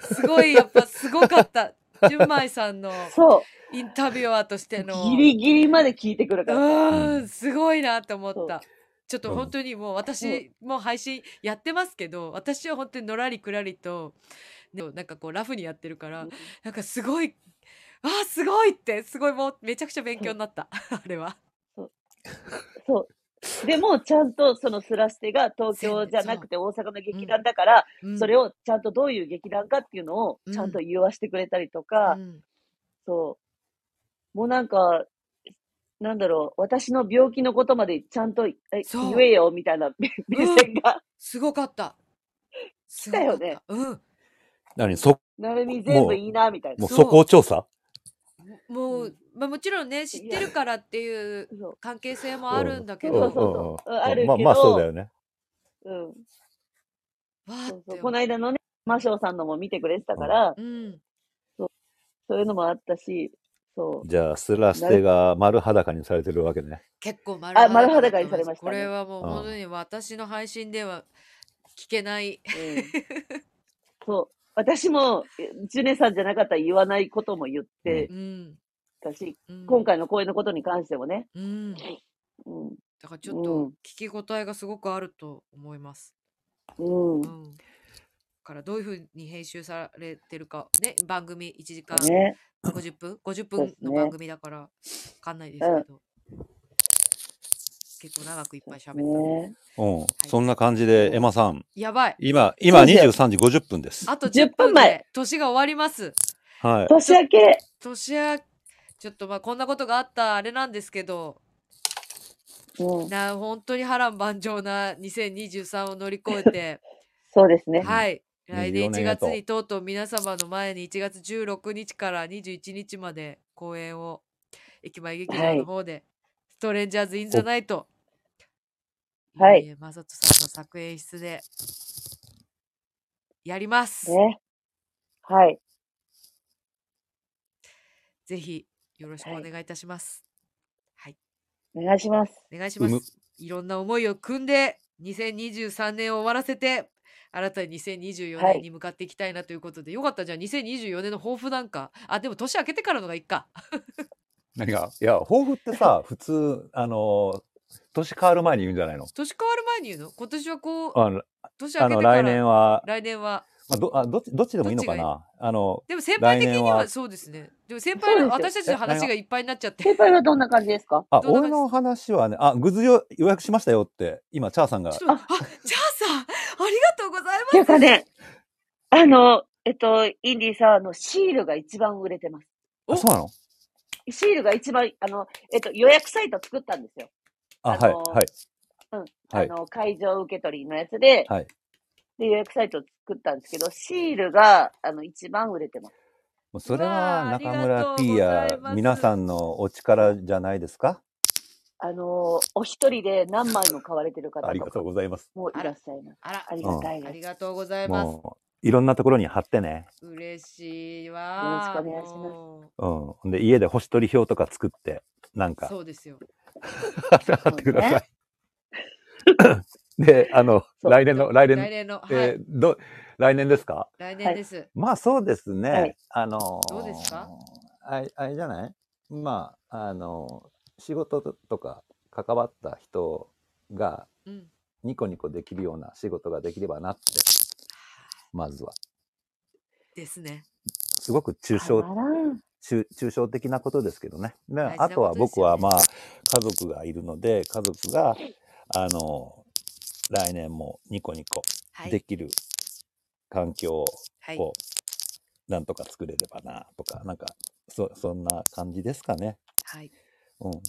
すごいやっぱすごかった純米さんの
そう。
インタビュアーとしての
ギリギリまで聞いてくる
う
から。
ーんすごいなと思ったちょっ
う
と
ん
本当にもう私もう配信やってますけど私は本当にのらりくらりとでもなんかこうラフにやってるからなんかすごいあーすごいってすごいもうめちゃくちゃ勉強になった (laughs) あれは
そう。でも、ちゃんとそのスラステが東京じゃなくて大阪の劇団だから、
うん
それをちゃんとどういう劇団かっていうのを
うん
ちゃんと言わしてくれたりとか、
うん
そう。もうなんか、なんだろう、私の病気のことまでちゃんとえ
そう
言えよみたいな目線が、
すごかったす
たよね
ごかったうん
何そ、
なるみ全部いいなみたいな
もう。
そう
そこを調査
も
う
う、まあ、もちろんね知っ
い
て
や
るからっていう
そ
関係性もあるんだけ
う
ど
んそうそうそうあるけ
まあ
ど
まあそうだよね。
う。うん。
わー
そう
っ
そう
て
この間のね、マショーさんのも見てくれてたから、
うん
そういうのもあったし、そう。
じゃあ、スラステが丸裸にされてるわけね。
結構丸
あ
裸
丸裸にされましたね
これはもう
うん
本当に私の配信では聞けない (laughs)
うんそう。私も、えジュネさんじゃなかったら言わないことも言って
うん、
たし、
うん
今回の公演のことに関してもね。
うんだ
うん。
からちょっと聞き応えがすごくあると思います
うん
う。んだからどういうふうに編集されてるかね番組1時間
ね。
50分50
そう
分
ですね
の番組だからわかんないですけど結構長くいっぱい喋ったので
ね
うん。そんな感じで、エマさん、
やばい
今、今
そうだよ
23時50分です。
あと
10
10分
分前
で年が終わります
はい。
年明け、
年はちょっとまあこんなことがあったあれなんですけど
うん、
な本当に波乱万丈な2023を乗り越えて
(laughs) そうですね。
はい来年
24
1
年へ
月
と
にとうとう皆様の前に1月16日から21日まで公演を駅前劇場の方で、ストレンジャーズ・イン・ザ・ナイト
はい
井上雅人さんの作演室でやります、
ね。はい。
ぜひよろしくお
はい
願いいたします、
お願いします。
お願いしま
うむ
す。いろんな思いを組んで、2023年を終わらせて、新たに2024
は
年
い
に向かっていきたいなということで、よかった。じゃあ2024年の抱負なんか。あ、でも年明けてからのがいいか。
何がいや、抱負ってさ、普通、あの、年変わる前に言うんじゃないの
年変わる前に言うの今年はこう、
あの、
年明
あ
けて
の
から。
来年は、
来年は。
まあ、どあどっちどっちでもいいのか
ど
なあの、
でも先輩的に
来年
は
は
そうですね。でも先輩の、
そうで
私
す
たちの
え来年は
話がいっぱいになっちゃって。
先輩はどんな感じです
(laughs)
か
あ、
どんな感
俺
じ
の話はね、あ、グズよ予約しましたよって、今、チャーさんが
ちょっと、あ、じゃあさん、ありがとうございます。
っていうかね、あの、えっと、インディーさん、あの、シールが一番売れてます。
あ、そうなの
シールが一番、あの、えっと、予約サイト作ったんですよ。
あ、
あ
はい、
のー
はい。
うん
はい
あ、の、会場受け取りのやつで、
はい。
で、予約サイト作ったんですけど、シールが、あの、一番売れてます。
もうそれ
うわー
は中村
あり
P
がとうござい
や
ます
皆さんのお力じゃないですか
あの、お一人で何枚も買われてる方
ありが
と
とう
か
ございます。
もいらっしゃいます。
あら
ありがたい
あ
で
り
す。
がとうございます。
もう、いろんなところに貼ってね。
嬉しいわー。
よろしくお願いします
も
うん。で、家で星取り表とか作って、なん
う
か、
そうですよ。
貼ってください。 (laughs) で、あの、
そう
来年の、来年、
来年の、は
え
い、
ーど、来年ですか
来年です。
まあそうですね。
はい
あのー
どうですか
あれあれじゃないまあ、あのー仕事とか関わった人が
うん。
ニコニコできるような仕事ができればなって、まずは。
ですね。
すごく抽
あ
象、
ら
抽抽象的なことですけどね。ね
大事な
あとは
ことです
僕
よね
はまあ、家族がいるので、家族が、あのー来年もニコニコ
は
で
い。
きる環境を
はい。
こう、なんとか作れればなとか、なんか、そ、そんな感じですかね。
はい。
うん。
も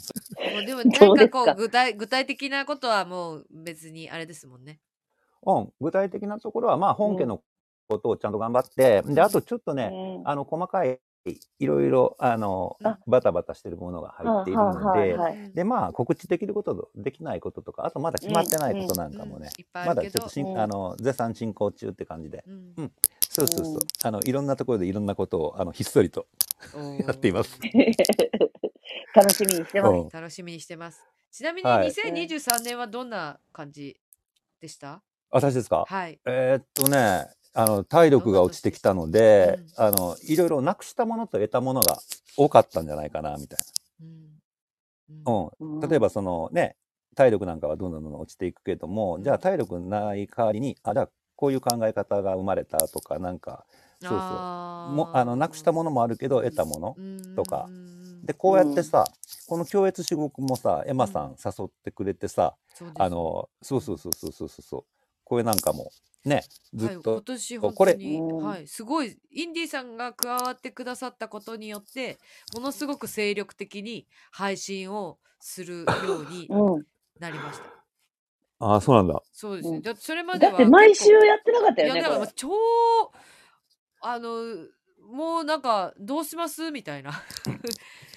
(laughs)
うでも、
どう
な
で
ん
すか
かこう、具体、具体的なことはもう別にあれですもんね。
うん、具体的なところは、まあ、本家のことをちゃんと頑張って、で、あとちょっとね、
うん
あの、細かい、いろいろ、あの
あ、
バタバタしてるものが入っている
はあはあ
の
はい
で、
は
う
い。
ん
で、まあ、告知できることと、できないこととか、あとまだ決まってないことなんかもね、
うんいっぱいあ
ま
る
だ
け
ちょっ
ど
と。しん、
うん
あの、絶賛進行中って感じで、
うん
うんそうそうそう、
うん
あの、いろんなところでいろんなことを、あの、ひっそりと、
お
(laughs)
ー
やっています。
(laughs) 楽しみにしてま
う
す。
ん
楽しみにしてます。ちなみに
はい
2023年はどんな感じでした
私ですか
はい。
えーっとね、あの、体力が落ちてきたので、
う
あの、いろいろなくしたものと得たものが多かったんじゃないかな、みたい
うん
な。
うん
う。
うんん
例えばそのね、体力なんかはどんどんどんどん落ちていくけども、じゃあ体力ない代わりに、あ、じゃあこういう考え方が生まれたとか、なんか、そうそう
あー
も、あの、なくしたものもあるけど、
うん
得たもの。とか
うんうんうん
で、こうやってさ、この共越至極もさ、エマさん誘ってくれてさ、
そうです
あの、そうそうそうそうそうそう、これなんかも、ね、ずっ
はい、今
と、
年
こ
本当
れ
に、
うん
はい、すごいインディーさんが加わってくださったことによってものすごく精力的に配信をするよう
(laughs)
に
うん
なりました。
ああ、そうなんだ。
そうですね。
うん
だってそれまで
だ
は
って毎週
結
やってなかった
構
よ
いや
ね。
だ
こ
から
れ
もう超あのもうなんかどうしますみたいな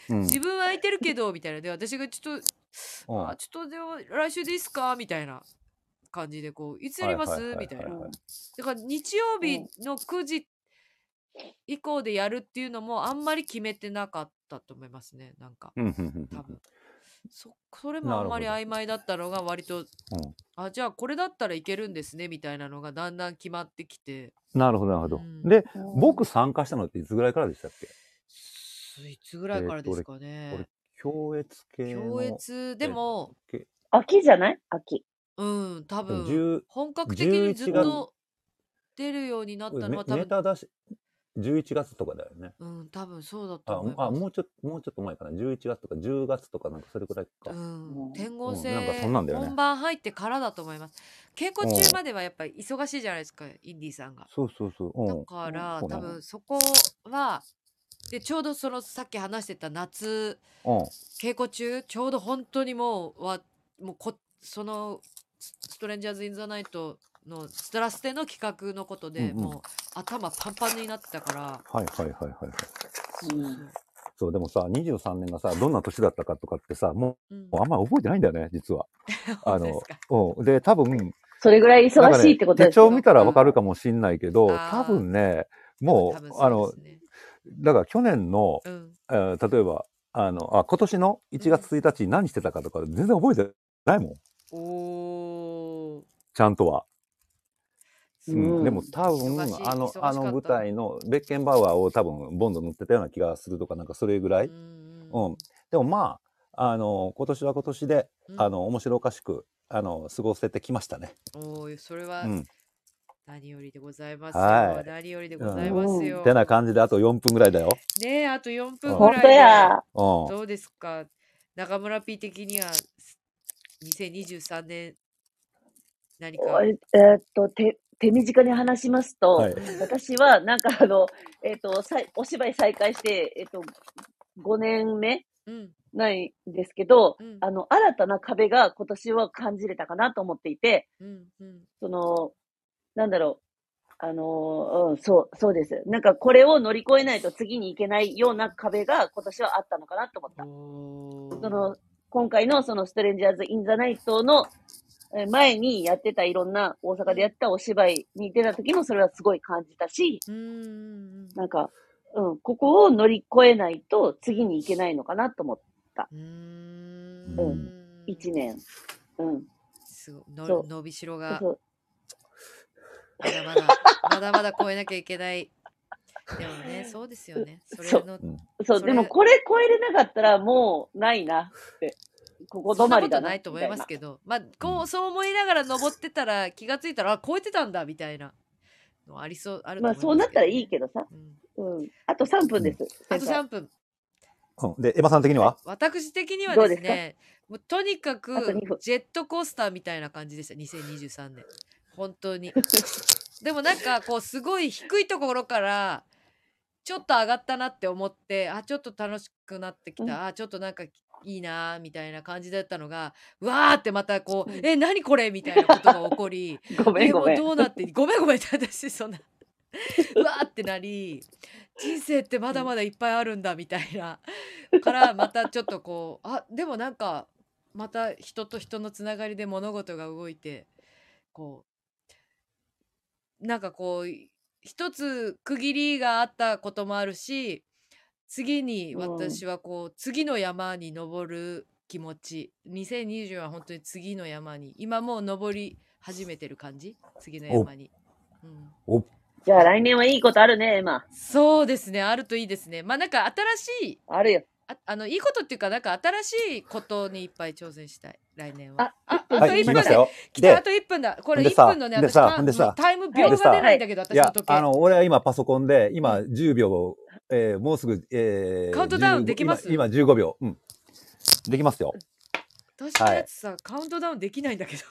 うん。
自分は空いてるけどみたいなで私がちょっと
うん
あちょっとでも来週でいいっすかみたいな感じでこういつやります、
はいはいはい
みたい
は
な。
うん
だから日曜日の9時以降でやるっていうのもあんまり決めてなかったと思いますねなんか
うんうんうんうん
多分そそれもあんまり
なる
曖昧だったのが割と、
うん
あじゃあこれだったらいけるんですねみたいなのがだんだん決まってきて
なるほど、なるほど
う。ん
で、
うん
僕参加したのっていつぐらいからでしたっけ
いつぐらいからですか
これ
ね、
共越系の。
強越でも
け
秋じゃない秋。
うん多
でも
分
10
本格的にずっ
11
と出るようになったのは
メ
多
メー
分
ター出し、11月とかだよね。
うん多分そうだと
あ
思い、ます
あもうちょっと、もうちょっと前かな。11月とか10月とかなんかそれくらいか。
うん
ん、
天候
うん
制、
なんかそんなんだよね
本番入ってからだと思います健康中まではやっぱり忙しいじゃないですかインディーさんが
そうそうそう。う
だ
ん。
から
そうね
多分そこはでちょうどそのさっき話してた夏
うん。
稽古中ちょうど本当にもうわもうこそのスストレンジャーズ・イン・ザ・ナイトのストラステの企画のことで、
うんうん
もう頭パンパンになってたから、
はいはいはいはいはい。
うん
そう
そう、でもさ、23年がさ、どんな年だったかとかってさ、も
そううん
う、もうあんま覚えてないんだよね、実は。
(laughs)
あ
そうです
の
か、
うん。で、多分、
それぐら
な
い
んか
忙しいってこと
ね、
で
手
すよ
帳見たらわかるかもしんないけど、
うんあー
多分ね、も
多分
う、あ
そ
の
う、ですね
だから去年の、
うん
えー例えば、あの、あ、今年の1月1日に何してたかとか、全然覚えてないもん。
おー
ちゃんとは。
う
うん
ん
でも多分
忙しい、
あの
忙し、か
あ
った
の舞台の、ベッケンバウアーを多分、ボンド塗ってたような気がするとか、なんかそれぐらい。
うん
うん。でもまあ、あの、今年は今年で、
うん
あの、面白おかしく、あの、過ごせてきましたね。
おーそれは
うん。
何よりでございますよ。
はい
何よりでございますよ。
てな感じで、あと4分ぐらいだよ。
ねえ、あと4分ぐ
本
らい
当
で。
や。
うん。
どうですか中村 P 的には2023年何か。
おえーっと、手、手短に話しますと、
はい。
私は、なんかあの、えーっと、さいお芝居再開して、えーっと、5年目
うん
ないんですけど、
うん
あの、新たな壁が今年は感じれたかなと思っていて、
うんうん
その、なんだろう。あのーうん、そう、そうです。なんかこれを乗り越えないと次に行けないような壁が今年はあったのかなと思った。
おー
その、今回のそのストレンジャーズ・イン・ザ・ナイトのえー前にやってたいろんな大阪でやってたお芝居に出た時もそれはすごい感じたし、
うんうん
なんか、うん、ここを乗り越えないと次に行けないのかなと思って、
うん
う
1年。うん。
すごい
そ
の
う
伸びしろが
そう
まだまだまだまだ超えなきゃいけないでもねそうですよねそれ
(laughs) そう
の
うん
そう、
そ
で
れ
もこれ超えれなかったらもうないなって。ここ
そ
止
んな
ま
こ
り
と
だ
な
ない
と思います
ど。
けどまあこうそう思いながら登ってたら気がついたらあ超えてたんだみたいなのありそうあると
まあ
思いすけ
そ
ど
う
ね
なったらいいけどさ。
うん
うん。あと3分です。
あと
先輩
3分
うんで、エマさん的には
私的には
どう
で
ですすか
ねもうとにかく
あと二分
ジェットコースターみたいな感じでした2023年本当に (laughs) でもなんかこうすごい低いところからちょっと上がったなって思ってあちょっと楽しくなってきた、
うん
あちょっとなんかいいなみたいな感じだったのがうわーってまたこう、
うん
え何これみたいなことが起こり
ごめん
えも
ご
う
めん。
どうなってごめんごめんって私そんな (laughs) うわーってなり人生ってまだまだいっぱいあるんだみたいなからまたちょっとこうあでもなんかまた人と人のつながりで物事が動いてこうなんかこう一つ区切りがあったこともあるし次に
うん
私はこう、次の山に登る気持ち2020は本当に次の山に今もう登り始めてる感じ次の山に、うん、
じゃあ来年はいいことあるね、エマ。
そうですねあるといいですねまあなんか新しい
あるよ。
ああのいいことっていうかなんか新しいことにいっぱい挑戦したい来年は
あ
ああ
は
と
い、見
1分
ま
だ
したよ。
来たあ
で、
と1分だこれ
で
1
さ
分のね
で
私
さ
タイ
ほん
ム
でさ
もうタイム秒が
でさ
出ないんだけど
い
私の
や
時、計
あの、俺は今パソコンで、今10秒、えーもうすぐ、えー
カウントダウン
15
できます
今今15秒。うん。できますよ。
私のやつさ、カウントダウンできないんだけ (laughs) ど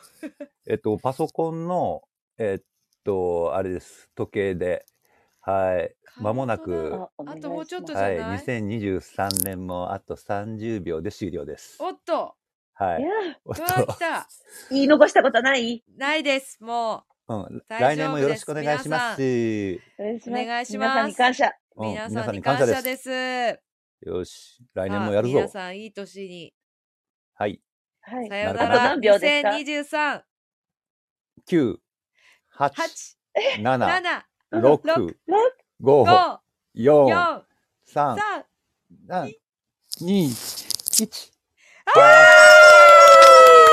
えっと、パソコンの、えっと、あれです。時計で。はい。間もなく
あお願いします
あともうちょっとじゃな、
はいい。2023年もあと30秒で終了です。
(laughs) おっと
はいい
や。
おっ
うわ
と
来た
言い残したことない
ないですも
(laughs) うん、
大丈夫
来年もよろしくお願いしますし。
お願い
お願いしま
皆さん
す
に感謝。
う
う
ん
皆さんに感謝です
よし。来年もやる
あ皆
ぞ。
さんいい年に
はい。
はい。
さよう
なるかな
なら
何秒ですか
2023
9、8、7、
8 7
6、5、
5
4、
4
3、3
3
2、1。
あー明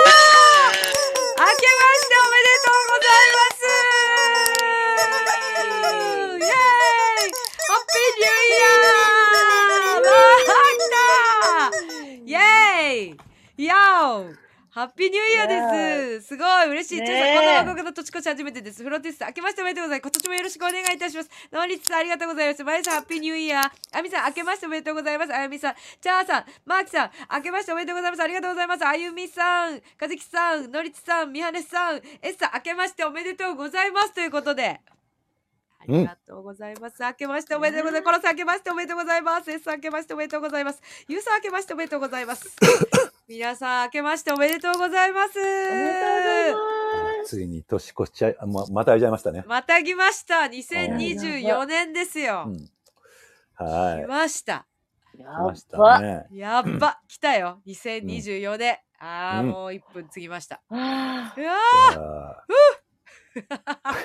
けましておめでとうございますイェーイハッピーニューイヤーわー来たイェーイやーハッピーニューイヤーですすごい嬉しい。ちょっ
ね
と
え
この報告の年越し初めてです。フロンティスさん、明けましておめでとうございます。今年もよろしくお願いいたします。ノーリッツさん、ありがとうございます。まゆさん、ハッピーニューイヤー。あみさん、明けましておめでとうございます。あやみさん、チャーさん、マーキさん、明けましておめでとうございます。ありがとうございます。あゆみさん、かずきさん、のりつさん、みはねさん、えっさん、明けましておめでとうございます。ということで。あ
うん
りがとうございます。明けましておめでとうございます。コロさん、明けましておめでとうございます。S さん、明けましておめでとうございます。ゆうさん、明けましておめでとうございます。皆さん、明けましておめでとうございます。
おめでとうございます。
ついに年越しちゃい、あままたやっちゃいましたね。
また来ました。2024年です
う
よ。
ん。
来
は
ました。
い。来まし
やば
たね。
やっば、来たよ。2024で。ああ、
うん
もう1分過ぎました。
あ
うわ
あー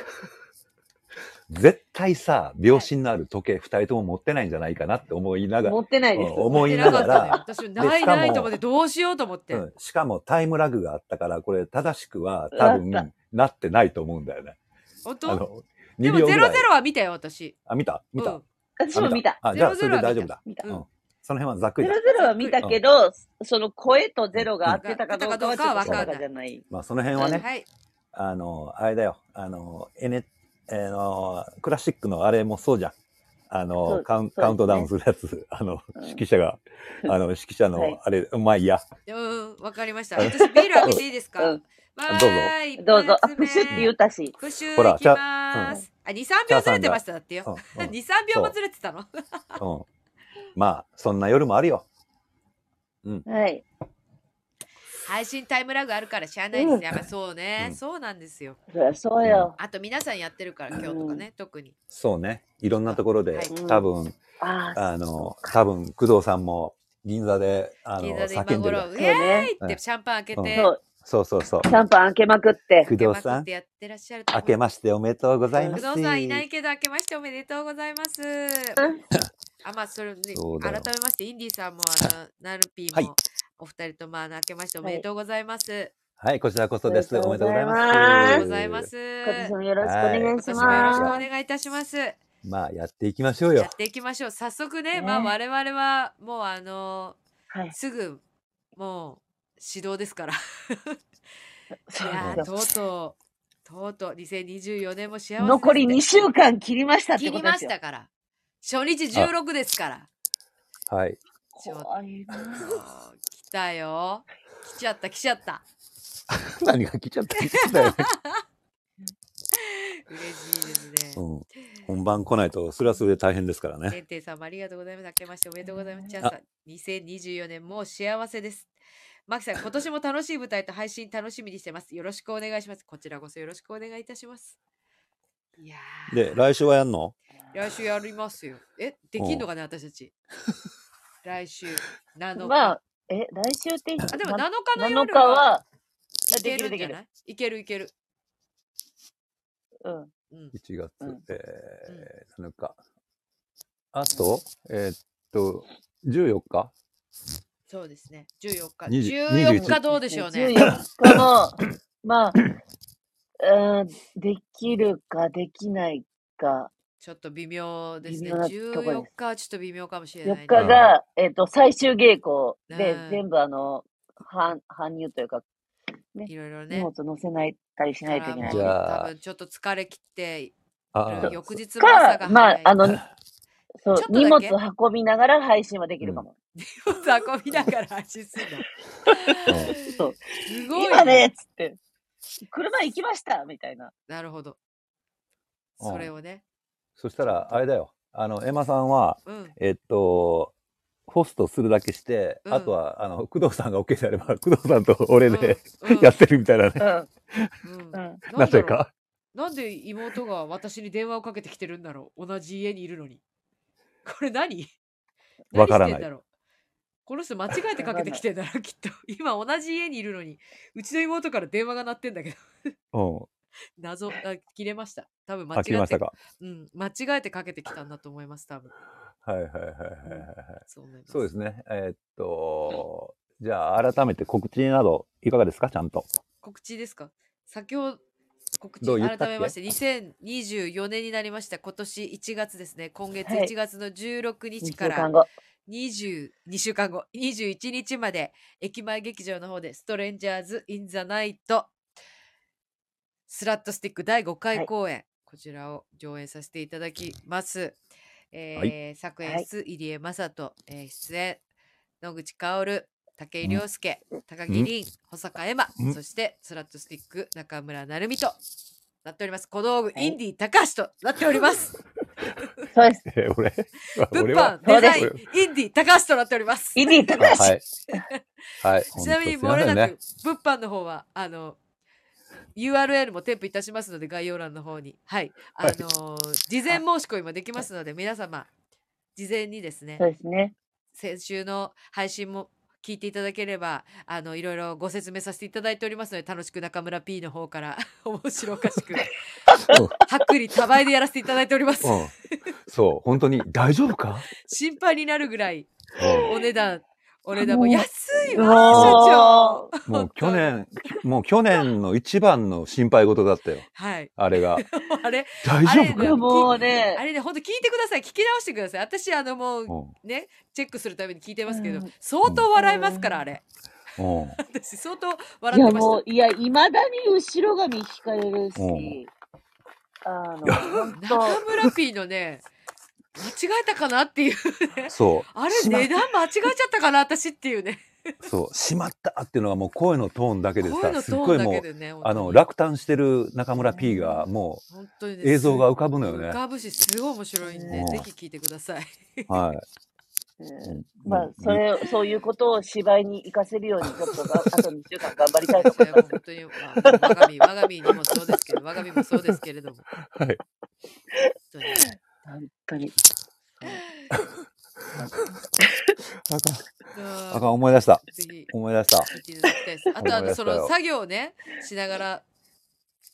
絶対さ、秒針のある時計二人とも持ってないんじゃないかなって思いな
ー
がら、
持ってない
うん
です。
思い
ー、な
なが
かったのよ
ら、。
私、
しかも
ないないと思って、どうしようと思って。
うんしかもタイムラグがあったから、これ正しくは多
な
分なってないと思うんだよね。
本
あ
当
の、
で
2
も、
秒ぐらい。
00は見たよ、私。
あ、見た見た、
うん
私も
あ
見た。
あ、じゃあそれで
00は
大
見
丈夫
た
だ。
見た
う。ん
うんその辺はざっく
ゼ
り
ロ
だ。
ゼロは見たけど、その声とゼロが合ってたかどうかはちょっと
うん合ってたかどうかは分かんない
定かじゃない。
まあその辺はね、
はい。
あの、あれだよ。あの、エネ、えーの、クラシックのあれもそうじゃん。あ
そ
の
う、
カウン
そうですね
カウントダウンするやつ。 (laughs) あの、
うん
指揮者が、あの、指揮者
は
の
い、
あれ、うまいや。
うん、わかりました。私、ビール開けていいですか
うん
わ
どうぞ
ーい。
どうぞ。あ、
一
プ
発目
シュって言うたし。
プシュ
ほ
ー
ら
いきまーす。あ、2、3
チャ
秒
ーさ
ず
んが
れてましただってよ。
うん、う
(laughs) 2、
ん、
3秒もずれてたの
うん。まあ、そんな夜もあるよ。
はい。
配信タイムラグあるからしゃあないです
うん
ね。やっぱそうね
う。ん
そうなんですよ。
そりゃそうよ。
あと皆さんやってるから今日とかね、特に。
そうね。いろんなところで、
はい
多分、
ああ、
あの、多分、工藤さんも、銀座で、あの、
銀座で
叫
今
んでる
頃
わ。
ウ
う
ェー
ね
イってシャンパン開けて、
そう、
そうそうそう。
シャンパン開けまくって。
工
開
藤
けま
さ
くっ
ん
て、やってらっしゃると思
明
う
けましておめでとうござい
工
ます。
藤さんいないけど、明けましておめでとうござい
(laughs)
ます。あ、まあ、それ、ね、
そうだ
改め
よ
まして、インディさんも、あの、ナルピーも、
はい
お二人とも、あの、明けましておめでとうございます。
はい、こちらこそです。おめ
お
でと
めでと
う
う
ご
ご
ざ
ざ
い
い
ます。
ます
あ
あ
りが
り今年
とうございます。
もよろしくお
はい
願いし
今年もよろしくお
ま
願いいたします。や
まあ、やっていきましょうよ。
っていきましょう。早速ね、
ね
まあ、我々は、もう、あの、
す。はい。
すぐ、もう、指導ですから。い
そう
や
なん
ー、
です
と
よ
うとう、とうとう、2024年も幸せですね
残り2週間切りましたって
切
こ
り
とで
ますし
よ。
たから。初日16ですから。
はい。
怖いなぁ
あー来たよ。来ちゃった、来ちゃった。
何が来ちゃったんだよね。
嬉しいですね。
(laughs) うん。本番来ないと、それはそれで大変ですからね。
天帝さんもありがとうございます。明けましておめでとうご (laughs) ざいます。チャンさん、2024年もう幸せです。マキさん、今年も楽しい舞台と配信楽しみにしてます。よろしくお願いします。こちらこそよろしくお願いいたします。いやー
で、来週はやんの
来週やりますよ。え、できんのかね、私たち。来週、7日。
まあ、え、来週ってい
あ、でも7
な
日
7
の夜
日
は、
は、で
いけ
き
る
るで
んじ
き
ゃ
る
な。いいけるいける。
うん。
うん。
?1 月、
うん
えー、7日。あと、えーっと、14日
そうですね。14日。
20
14日どうでしょうね。
14日の、まあ、うん、できるかできないか、
ちょっと微妙ですね。
微妙なとこです
14日はちょっと微妙かもしれない、
4
ね。
日が、えっと、最終稽古で
うん
全部あの、搬搬入というか、
いろいろ
荷
ね
物。載せないたりしないといけない
じ。ゃあ
多分ちょっと疲れ切って、
あー
翌日も朝
か
が、
ま
早
あ
い、。
あの、そう
ちょっ、とだけ
荷物運びながら配信はできるかも。
雑魚見ながら走すんだ。
(laughs) そう
すごい、
今ねっつって、車行きましたみたいな。
なるほど。
うん
それをね。
そしたら、あれだよ。あの、エマさんは、
うん。
えっと、ホストするだけして、
うん
あとは、あの、工藤さんが OK であれば、工藤さんと俺で、
うん、
(laughs) やってるみたいなね。
うん、
うん
う。ん。
(laughs) な
だろ
ぜ
う
か。
なんで妹が私に電話をかけてきてるんだろう同じ家にいるのに。これ何
(laughs) わからない
何してんだろうこの人間違えてかけてきてんだろうきっと。今同じ家にいるのに、うちの妹から電話が鳴ってんだけど、
うん。
謎が切れました。多分間違
あ、
え
切りましてた、か。
うん、間違えてかけてきたんだと思います、多分。
はいはいはいはいはいはい。
そう思います。
そうですね。えーっと、じゃあ、改めて告知など、いかがですかちゃんと。 (laughs)
告知ですか先ほど告知
どう言った
改
っけ
めまして2024年になりました今年1月ですね今月
はい
1月の16
2
日
週
から、
間後。
22週間後21日まで駅前劇場の方でストレンジャーズ・イン・ザ・ナイトスラットスティック第5
は
回
い
公演、こちらを上演させていただきます、えー作演出、入江雅人、えー出演野口薫武井
うん
亮介、高木凛保坂絵馬、
うん
そしてスラットスティック中村成美となっております小道具、インディ高橋となっております
そう
(laughs)
です。
えー、俺
物
俺
販
は
デザイ
そ
ン
うで
インディ高橋となっております
イディ高
あ
橋。
(laughs)
はい。はい。
ちなみに
ほん
漏
とすいま
れ
せ
なんく、
ね。
物販の方はあの URL も添付いたしますので概要欄の方にはいあ
はい
のー事前申し込みもできますので皆様事前にですね
そうですね。
先週の配信も聞いていただければあのいろいろご説明させていただいておりますので楽しく中村 P の方から (laughs) 面白おかしく
うん
薄利多売でやらせていただいております
うん。そう、本当に、大丈夫か
心配になるぐらい
うん
お値段お値段も
もう
安いわ
もう
社長
もう去年、もう去年の一番の心配事だったよ。
はい
あれが。
(laughs) あれ
大丈夫
あれ
い
か
や
よ
もう
あ
ね、
れね、ほんと聞いてください。聞き直してください。私、あの、もう
うん
ね、チェックするために聞いてますけど
うん、
相当笑いますから、あれ。
うん。
私、相当
い
笑っ
や
てまし
も
た
う、いや、いまだに後ろ髪引かれるし、あの、本。
中村 P のね、間違えたかなっていうね。
そう。
(laughs) あれ、
しま
値段間違えちゃったかな、私っていうね。
そう、しまったっていうのはもう声のトーンだけで
声
さ、
の
すっ
ト
ごい
ーンだ
も
け
う、
でね、
あの、
本当に
落胆してる中村 P がも
本当に
う映像が浮かぶのよ
浮
ね。
かぶし、すごい面白いんで
う、ん
ぜひ聞いてください。
はい。
当
う
うん
ん
(laughs) まあ、そ
うん
れ、そういうことを芝居に活かせるように、ちょっとが、あと2週間頑張りたいと
い
思
や
いま
もう本当に、まあ、我が身、我が身にもそうですけど、我が身もそうですけれども。
(laughs) はい
本当に。
す。本当に。
あかん
と
かん思い出した。
ぜひ
(laughs) 思い出した。
見ていただきたいです。あと、あ
思い
の、
出した
そ
よ
の作業をね、しながら、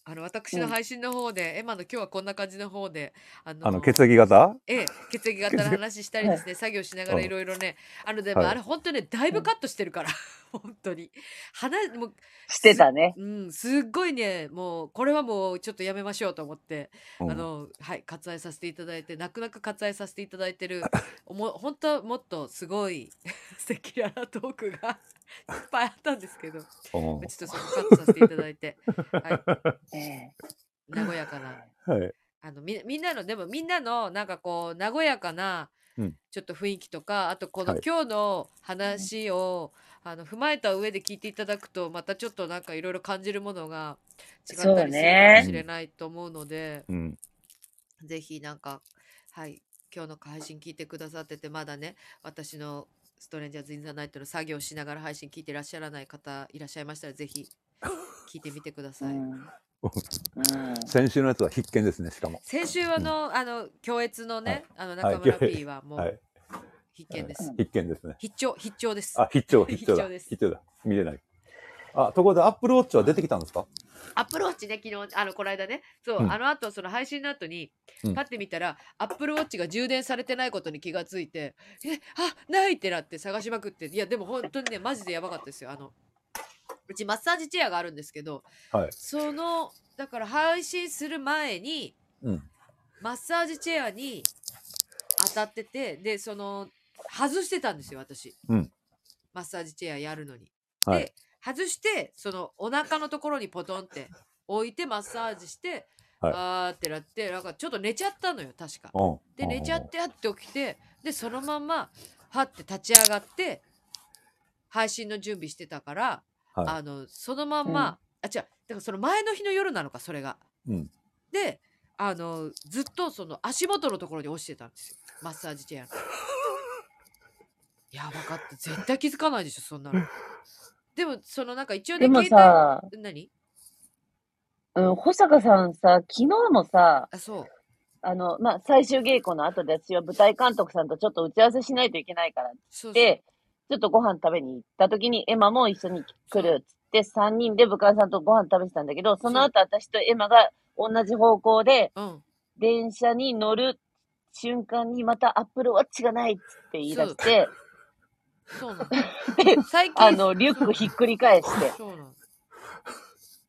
あの、私の配信の方で、エマの今日はこんな感じの方で、あの
あの、血液型
ええ、血液型の話したりです
(laughs)
ね、作業しながら
うん
いろいろね、あの、でも
はい
あれ本当ね、だいぶカットしてるから、 (laughs) 本当に。話、もう、
してたね。
うん、すっごいね、もう、これはもうちょっとやめましょうと思って、あの、はい、割愛させていただいて、泣く泣く割愛させていただいて
(laughs)
る、おも本当はもっとすごい (laughs) 素敵なトークが (laughs) いっぱいあったんですけど、ちょ
うんうん
っとそこカットさせていただいて、は
ええ
い、和やかな。
はい。
あのみみんなのでもみんなのなんかこう和やかな
うん
ちょっと雰囲気とかあとこの
はい
今日の話を、あの踏まえた上で聞いていただくとまたちょっとなんかいろいろ感じるものが違ったりするか
そう
も
ね
しれないと思うので、
うん。
ぜひなんかはい今日の配信聞いてくださっててまだね私のストレンジャーズ・イン・ザ・ナイトの作業しながら配信聞いてらっしゃらない方いらっしゃいましたらぜひ聞いてみてくだ
う
さい。
ん。うん
先週のやつは必見ですね、しかも。
先週あの、あの、共越のね、あの、
はい
中村 P はも、
はいう
必見です
うん。
必見ですね。
必聴、必聴です。
あ、必
(laughs)
聴、必聴
必
だ
聴です。
必聴だ。見れない。あ、ところで、アップルウォッチは出てきたんですか
アプローチね、昨日、あの、この間ね、そ
う
う、
ん
あの後、その配信の後に、
うん
パってみたら、アップルウォッチが充電されてないことに気がついて、え、あ、ないってなって探しまくって、いや、でも本当にね、マジでやばかったですよ。あの、うちマッサージチェアがあるんですけど、
はい
その、だから配信する前に、
うん。
マッサージチェアに当たっててでその外してたんですよ私、
うん
マッサージチェアやるのに。
はい
で外してそのお腹のところにポトンって置いてマッサージして、
はい
あーってなってなんかちょっと寝ちゃったのよ確か。
うん。
で寝ちゃってあって起きてでそのまんまはって立ち上がって配信の準備してたから、
はい
あのそのまんま、あ違うだからその前の日の夜なのかそれが。
うん。
であのずっとその足元のところに落ちてたんですよマッサージチ
(laughs)
ェアの。やばかった絶対気づかないでしょそんなの。でもそのなんか一応ね
でもさ、
携帯何
うん、保坂さんさ、昨日もさ、
あそう
あの、まあ、最終稽古の後で私は舞台監督さんとちょっと打ち合わせしないといけないからっ
そうそう
て、ちょっとご飯食べに行った時にエマも一緒に来るっつって、3人で部下さんとご飯食べてたんだけど、その後私とエマが同じ方向で
うん
電車に乗る瞬間にまたアップルウォッチがないっつって言い出して、
そうな
(laughs)
の最近
あの、リュックひっくり返
(laughs)
して。
そうなん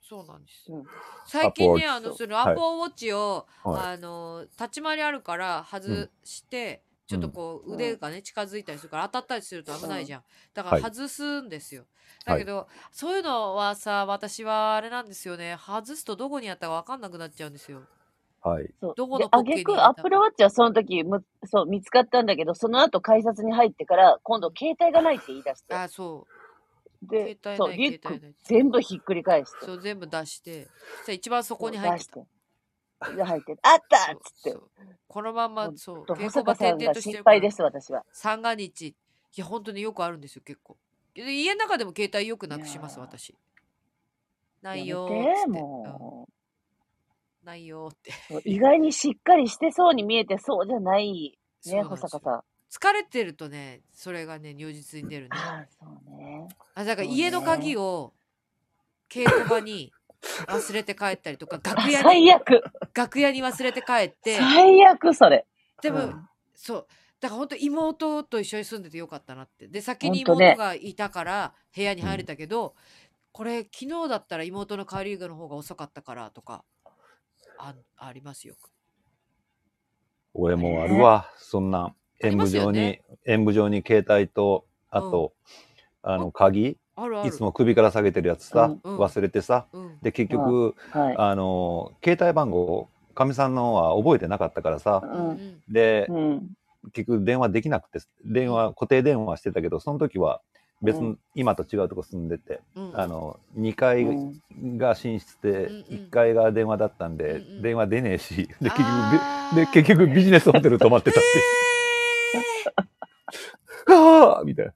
そうなんです、
うん
最近ね
ア
あ
ップルウォッチ
のその
はい
アポウォッチを、
は
あの立ち回りあるから外して、ちょっとこう
うん
腕がね近づいたりするから当たったりすると危ないじゃん、だか
は
ら
い
外すんですよ、
はい
だけど、そういうのはさ私はあれなんですよね外すとどこにあったか分かんなくなっちゃうんですよ
い。はい。
そう
どこ
で
のポッ
あ
ケ
げ
に入れ
く
た
アップルウォッチはその時むそう見つかったんだけど、その後改札に入ってから、今度携帯がないって言い出して、
あそう
で
携帯ない
そうリュッ
携帯
ク
ない
全部ひっくり返して、そ
そう全部出してそしたら一番底に入ってた
て。で入ってあったっ
そう
つって
そ。うこのまんま
ほん
そう
と
稽
保
古場
坂
転
さん
々
が
とし
心
てるから
配です、私は。
三が日いや本当によくあるんですよ結構けど家の中でも携帯よくなくします
いやー
私ないよ
や
ーっ
め
つってて、
も
うん、ないよーって (laughs)
うそう意外にしっかりしてそうに見えてそうじゃない、
そう
ね、
なん
保
ですよ
坂さん。
疲れてるとねそれがね如実に
(laughs)
出るね
ああ、そうね。
あだから
そうね
家の鍵を稽古場に忘れて帰ったりとか
(laughs)
楽屋に
最悪、
楽屋に忘れて帰って
最悪それ。
でも、
うん
そうだから本当妹と一緒に住んでてよかったなってで先に
ほんとね
妹がいたから部屋に入れたけど、これ昨日だったら妹の帰りの方が遅かったからとかあありますよく
俺もあるわ、そんな。
り
演
ま
舞
すよ
場に、
ね
演舞場に携帯と、あと、あの、鍵、
あるある
いつも首から下げてるやつさ、
うん
忘れてさ。
うん、
で、結局、
はい。
あの、携帯番号、かみさんのは覚えてなかったからさ
う、
うん
ん。
うん
で、
うん。
結局電話できなくて、電話、固定電話してたけど、その時は別の、
う
今と違うとこ住んでて、
うん
あの、2階
うん
が寝室で
うん、うん
1階が電話だったんで、
うんうん
電話出ねえし、で、結局び、
あー
で、結局ビジネスホテル泊まってたっていう。はぁみたいな。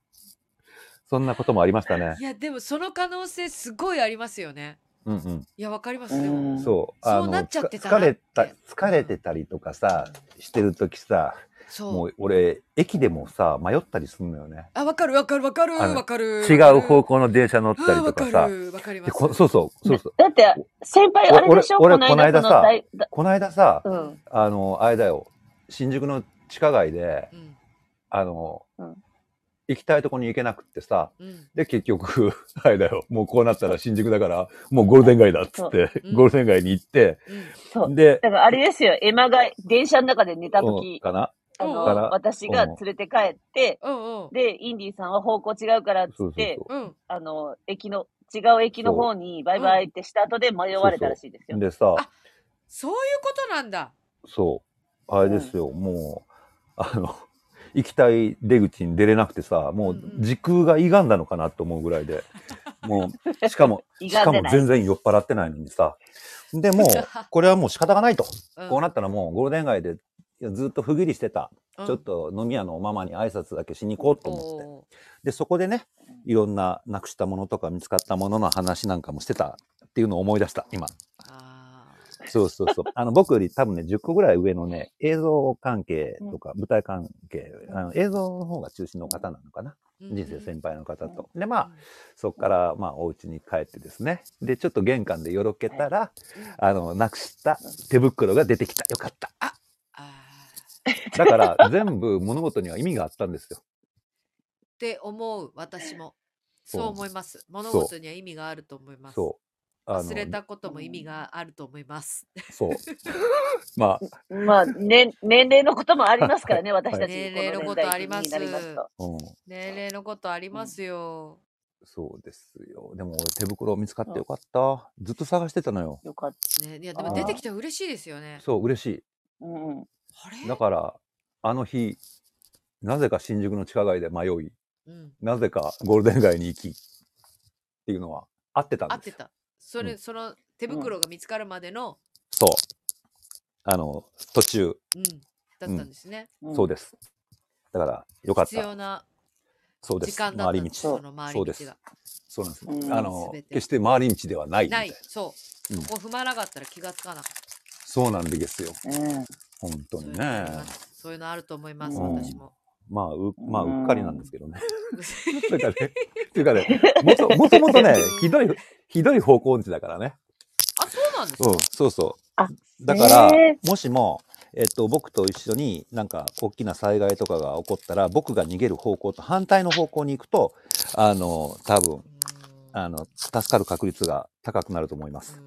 そんなこともありましたね
えー。いやでもその可能性すごいありますよね
うん
いやわかります
う
でも、
うんん。そう。
そう
あの
なっちゃってたな
疲れた
って、
疲れてたりとかさ、してるときさ、
そう
もう俺、駅でもさ、迷ったりすんのよね。
あわかるわかるわかる
あの
わかる
違う方向の電車乗ったりとか
あわ
さ
か。るわかりま
ですこそうそう、そうそう。
だって、先輩、あれでしょ
俺俺
この
この間
間、
さ
その大、だ
この間さ、
うん。
あの、あれだよ、新宿の地下街で、
うん
あの、
うん
行きたいとこに行けなくってさ、
うん
で、結局、 (laughs) あれだよ、もうこうなったら新宿だから、もうゴールデン街だっつって、
うん
ゴールデン街に行って、
うん
そう
で、
だからあれですよ、エマが電車の中で寝たと
うん
き、
かな
あの、
から
私が連れて帰って、
うん
で、インディさんは方向違うからっつ
そう
っ
そう
て、
そ
うん
あの、駅の、違う駅の方にバイバイってした後で迷われたらしいです
う。
よ。
でさ、
あそういうことなんだ
そう、あれですよ、もう、あの、 (laughs) 行きたい出口に出れなくてさ、も
う
うん
うん
時空が歪んだのかなと思うぐらいで、もう、しか
(laughs)
も、
意
しか
外で
も
ない。
全然酔っ払ってないのにさ。で
(laughs)
もう、これはもう仕方がないと。こうなったらもうゴールデン街でずっと不義理してた、
うん
ちょっと飲み屋のママに挨拶だけしに行こうと思って。
おー
で、そこでね、いろんななくしたものとか見つかったものの話なんかもしてたっていうのを思い出した、今。
あ
そうそう
(laughs)
そう。あの、僕より多分ね、10個ぐらい上のね、映像関係とか舞台関係、あの映像の方が中心の方なのかな。
ーうん
人生先輩の方と。で、
うん
まあ、そこから、まあ、お家に帰ってですね。で、ちょっと玄関でよろけたら、
うん
あの、なくした手袋が出てきた。よかった。あ
あー
だ
(laughs)
から、全部物事には意味があったんですよ。
って思う私も
そう
そう思います物
そう
事には意味があると思います
そう。あ
忘れたことも意味があると思います
そう。まあ、
まあ、ね、年齢のこともありますからね、私たち。
年齢のことあります
この年代になりますと
うん、
(laughs) 年齢のことありますよ、
そうですよ。でも、俺手袋見つかってよかった。ずっと探してたのよ。
よかっ
ね、いやでも
あー
出てきたら嬉しいですよね
そう、嬉し
た。うんうん。
あれ
い。だから、あの日、なぜか新宿の地下街で迷い、
うん、
なぜかゴールデン街に行き、っていうのは合ってたん
合
で
っ
す
て
よ。
たそれ、
うん
その手
うん
袋が見つかるまでの、
そう。あの、途中、
うん、だったんですね、
うん
そうです。だから、よかっ
必要
た。
な
そうで
時
す。
間だった
回り
ん
道
で。すその回り
そうで
道
す
が
そうなんです。
うん
あの
全て
決して回り道ではないみた
ないい
な。
そう、
うん
ここ踏まなかったら気がつかなかった
そうなんですよ。
うん。
本当
そうい
に
うのあ
ね
り。ますそういうのあると思います、
うん
私も (laughs)
まあうまあ
うん
うっかりなんですけどね。 (laughs) だからね、っていうかね、もともともとねひどいひどい方向音痴だからね。
あそうなんですか、
うん、そうそう。
あ
だから、
へ
もしも。えっと、僕と一緒になんか大きな災害とかが起こったら僕が逃げる方向と反対の方向に行くとあの多分
うん
あの助かる確率が高くなると思います。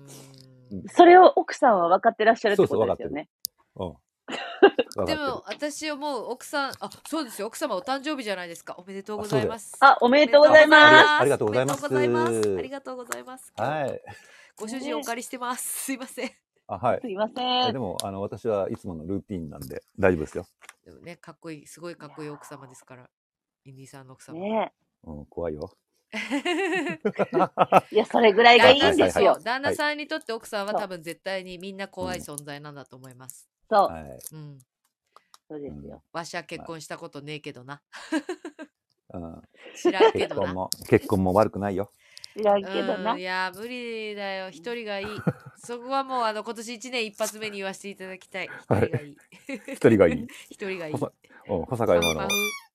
うん
それを奥さんは分かってらっしゃるってことですよね。
うん、わか
で
ってる
も私思う奥さんあそうですよ奥様お誕生日じゃないですかおめでとうございます
あ、おめでとうございます。
ありがとうございます
おめでとうございま
あ
すあ
り
りがとうございます
はいい。
ご主人お借りして (laughs) ますすいません
あはい。
すいま
え
せ
で
ん。
もあの私はいつものルーティンなんで大丈夫ですよ。
でもねかっこいいすごいかっこいい奥様ですからインディーさんの奥様、
ね
うん怖いよ。
いや、それぐらいがいいんです
そう
よ。
旦那さんにとって奥さんは
はい
多分絶対にみんな怖い存在なんだと思います
そう、
はい。
うん
そうですよ。
わしは結婚したことねえけどな
うん。
知らんけ
結
ど
婚
な
も結婚も悪くないよ。
知らんけど
う、
なん
い。や無理だよ一
(laughs)
人がいいそこはもうあの今年一年一発目に言わせていただきたい一
はい
人がいい
一人がいい。
一
(laughs)
人がいい
ほんうん。保坂
パ
山
フ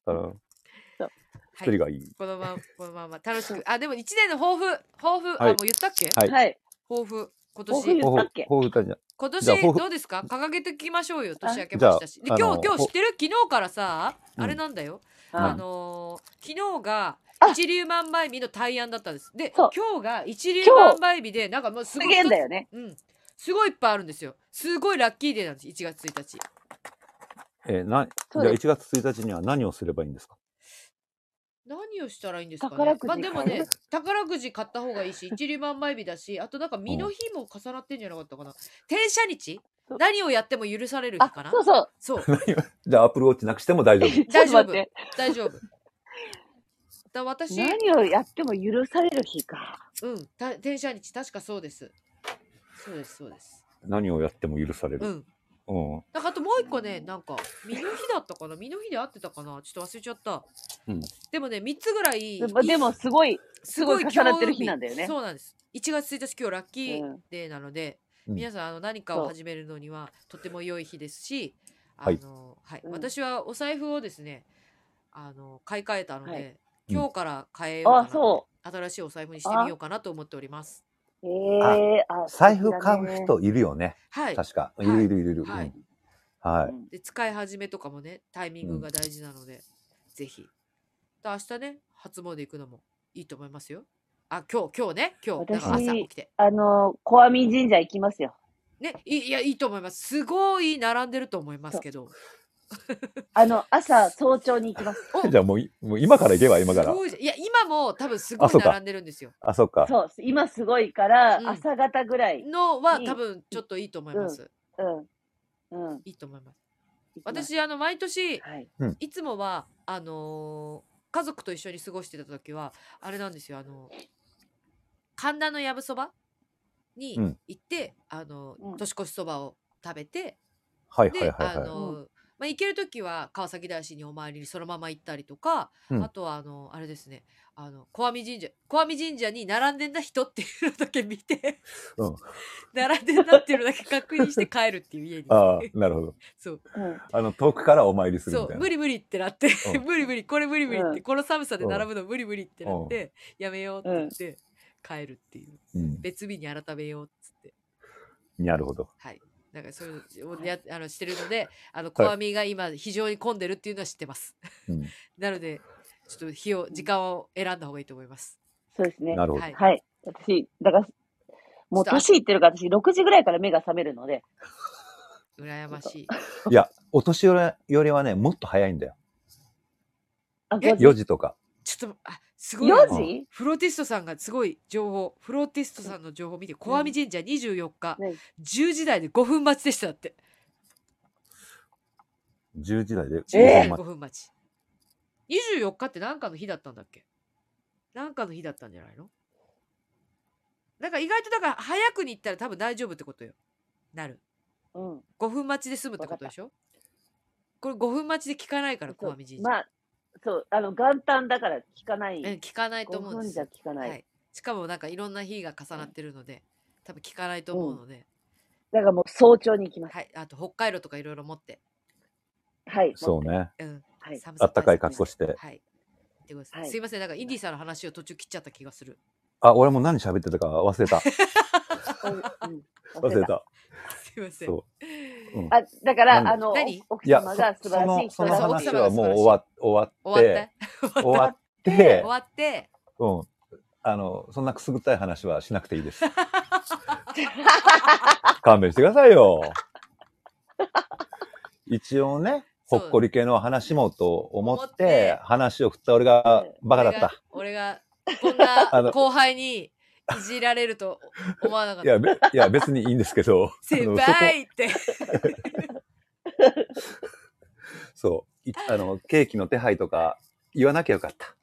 パ
のう
フ
ん一
はい
人がいい。
こ
(laughs)
のままこのまま楽しくあでも一年の抱負抱負、あ
はい
もう言ったっけ、
はい
はい。
抱負今
抱負
年
言
ほ
ったっけ
ほうふたじゃ。
今
じゃあ抱
年
負
どうですか掲げてきましょうよ
あ
年明けましたしで
じゃあ
今
あ
日
の
今日
ほ
知ってる昨日からさ
うん
あれなんだよ、
ん
あ
あ
のー昨日が
あ
一粒万倍日の対案だったんですで
そ
今
う
日が一粒
今日
万倍日でなんかもうす
す
ごい
げえんだよね。
うん。すごいいっぱいあるんですよ。すごいラッキーデーなんです。1月1日。
えーなじ
そう
ゃあ
で
一月一日には何をすればいいんですか。
何をしたらいいんですかね。
宝くじ
まあでも
買
ね
う、
宝くじ買った方がいいし、一粒万倍日だし、あとなんか身の日も重なってんじゃなかったかな。転写日
そう
何をやっても許される日
あ
か、な
そうそう。
そう。
じゃあアップルウォッチなくしても大丈夫。
(laughs) ちょっと待って。
大丈夫。だ私、う
何をやっても許される日か。
ん、た転写日、確かそうです。そうです、そうです。
(laughs) 何をやっても許され
う
る。
ん。
うん。
なんかあともう一個ね、なんか、身の日だったかな身の日で合ってたかなちょっと忘れちゃった。
うん
でもね、3つぐらい
で。もでもすごい、
す
ごい重なってる
強運
日なんだよね
そうなんです。1月1日今日ラッキ
う
ー
ん
デーなので、
うん
皆さんあの何か
そ
を
う
始めるのにはとても良い日ですし、
はい
あのはい
うん
私はお財布をですねあの買い替えたので、
はい
うん
今日から変えようか
あ
な、、
そ
新しいお財布にしてみようかなと思っております
う。ええあ、
財布買
素
う
敵だね。
人いるよね。
はい
確か。
い
いるいるいるいる。うん
はい
は
う
い。
ん
で使い始めとかもねタイミングが大事なので、ぜひで明日ね初詣行くのもいいと思いますよあ今日今日ね今日だから朝
私
起きて
あの、小網神社行きますよ。
ねいいやいいと思いますすごい並んでると思いますけど
あの、朝、早朝に行きます。
お
じゃあもうい、もう今から行けば、今から
す。ごいじゃんいや今も多分すごい
あそうか
並んでるんですよ
あ、そっか。
そう、今すごいから、
うん
朝方ぐらい。
のは
うん
多分ちょっといいと思います、
うん。うん。
いいと思います
行きます、
私あの毎年
はい。
いつもはあのー家族と一緒に過ごしてた時はあれなんですよあの神田のやぶそばに
うん
行って、あの
うん
年越しそばを食べて、
はいはい
で、
はい
あ
はい。
のーまあ、行ける時は川崎大師にお参りにそのまま行ったりとか、
うん
あとはあのあれですねあの小網神社小網神社に並んでんな人っていうのだけ見て、
うん
(laughs) 並んでんなっていうのだけ確認して帰るっていう家に
ああ、なるほど。
そう
うん。
あの、遠くからお参りする
そ
みた
う
いな。
無理無理ってなって
うん
(laughs) 無理無理これ無理無理って、
うん
この寒さで並ぶの無理無理ってなって、やめようって言って、帰るっていう
うん。
別日に改めようっつって
なるほど。
はいなんかそういうのをやあのしてるのであの小網が今非常に混んでるっていうのは知ってます、
うん。
(laughs) なのでちょっと日を時間を選んだ方がいいと思います
そうですね。
なるほど
は。い
はい。私、だから、もう年いってるから、私、6時ぐらいから目が覚めるので、
羨ましい
いや、お年寄りよりはね、もっと早いんだよ。
あ、
え
5時。
4時とか。
ちょっとあすごい
4
な
時
フローティストさんがすごい情報フローティストさんの情報見て小網神社24日、
ね
10時台で5分待ちでしたって
10時台で。
え
5分待ち。24日って何かの日だったんだっけ何かの日だったんじゃないのなんか意外とだから早くに行ったら多分大丈夫ってことよ。なる。
うん。
5分待ちで済むってことでしょこれ5分待ちで聞かないから、小
そう
網神社。
まあ、そう、あの、元旦だから聞かない。
うん聞かないと
5
思うん
分
です
じゃ
よ。
聞かな。
はいい。しかもなんかいろんな日が重なってるので、多分聞かないと思うので、
だからもう早朝に行きます。
はい。あと北海道とかいろいろ持って、
はい。
そう。ね。
うん。
はい。
寒
あ
さ
ったかい格好
し
して。
はい。ってことです
はい
すいません、なんかインディさんの話を途中切っちゃった気がする。 (laughs)
あ、俺も何喋ってたか忘れた。
うん
(laughs)
うん
忘れ。た。
すいません。
そうん
あ、だから、
何
あの、
何
奥
いや、
様が
そ
素
そ
晴らしい
の、
人
その
だ
奥
話
様
と。
が
はもう終わ終わっ
終わって
て、終わって
終、わって
うん。あの、そんなくすぐったい話はしなくていいです。勘弁してくださいよ。一応ね、ほっこり系の話もと思
思っ
ってて、話を振った俺がバカだった。
俺が俺がこ
あ
んな
の
後輩にいじられると思わなかっ
い
た、
や、べいや別にいいんですけどあ
先
の
輩って
そこそういあの、ケーキの手配とか言わなきゃよかった。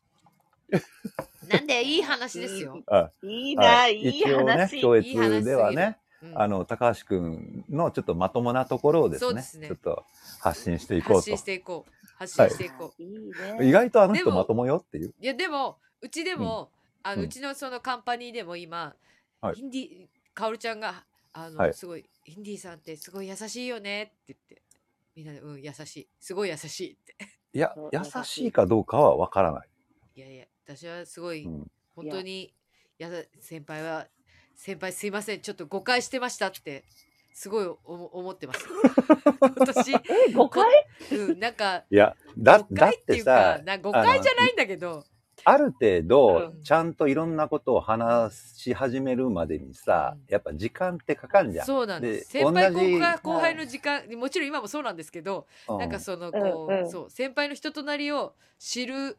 なんでいい話ですよ、
あ
いい
は
な、いい
一応ね、
話。
超
いい話すぎ
越
る
ではね、
うん
あの、高橋くんのちょっとまともなところをです
そうで
ね、
すね
ちょっと発信していこ
発
う
信し
と。
ていこう発信していこう、
いい
意
ね。
外とあの
で
人
も
まともよっていう。
い、やでもうちでも、あの
うん
うちのそのカンパニーでも今、
はい
ヒンディカオルちゃんがあの、
はい
すごいヒンディさんってすごい優しいよねって言ってみんなでうん優しいすごい優しいって
いや
そう、
優しいかどうかはわからない。
いやいや私はすごい、
うん
本当にやだ先輩は先輩すいませんちょっと誤解してましたってすごいおも思ってます
(laughs)
私、
え、5回
うん、なんか
いや、だ、
誤
だ
解
っ
ってい
て
うか
さ、
な誤解じゃないんだけど
ある程
う
度
ん、
ちゃんといろんなことを話し始めるまでにさ、
うん
やっぱ時間ってかかるじゃん。
そうなんです
で
先輩
同
後
じ
輩後輩の時間、もちろん今もそうなんですけど、
うん
なんかそのこう,、
うんうん
そう先輩の人となりを知る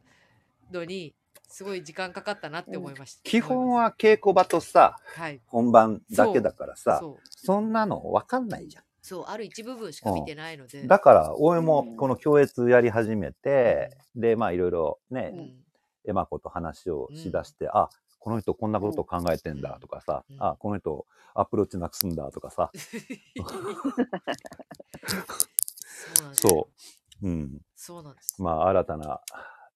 のにすごい時間かかったなって思いました、
基本
思い
は稽古場とさ、
ますはい
本番だけだからさ、
そう
そんなの分かんないじゃん。
そうある一部分しか見てないので、
だから、俺
う
も
ん
この共越やり始めて、で、まあいろいろね、
うん
エマ子と話をしだして、あ、この人こんなこと考えてんだとかさ、
うん
あ、この人アプローチなくすんだとかさ、
そうなんですよ
そう。うん。
そうなんです、
まあ新たな、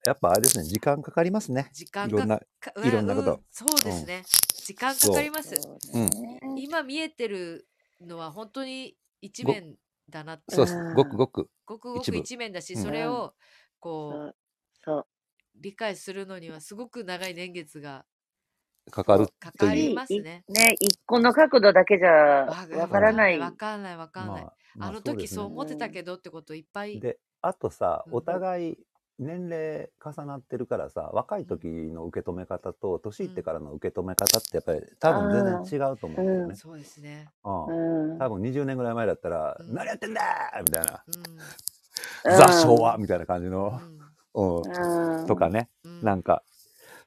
やっぱあれですね、時間かかりますね。
時間
いろん
が
な
か
いろんなこと
うそうですね、時間かかります
そう
うん
ね
今見えてるのは本当に一面だなって
そうです
うん。
ごくごく。
ごくご
一
く
部
一面だし、
うん
それ
そ
をこう
う。そう。
理解するのにはすごく長い年月が
かかる
か
と
か
い
り
う。
ますね。
ね、一個の角度だけじゃわからない。
わかんないわかんない。あの時そう
で
思ってたけどってこといっぱ
すね
い。
で、あとさ、
うん
お互い年齢重なってるからさ、若い時の受け止め方と、年いってからの受け止め方ってやっぱり多分全然違うと思うんだよね。
そうですね。
うん
うん。
多分20年ぐらい前だったら、
うん
何やってんだーみたいな。
うん
うん
ザ昭和みたいな感じの、う
うんん。
とかね、
うん
なんか、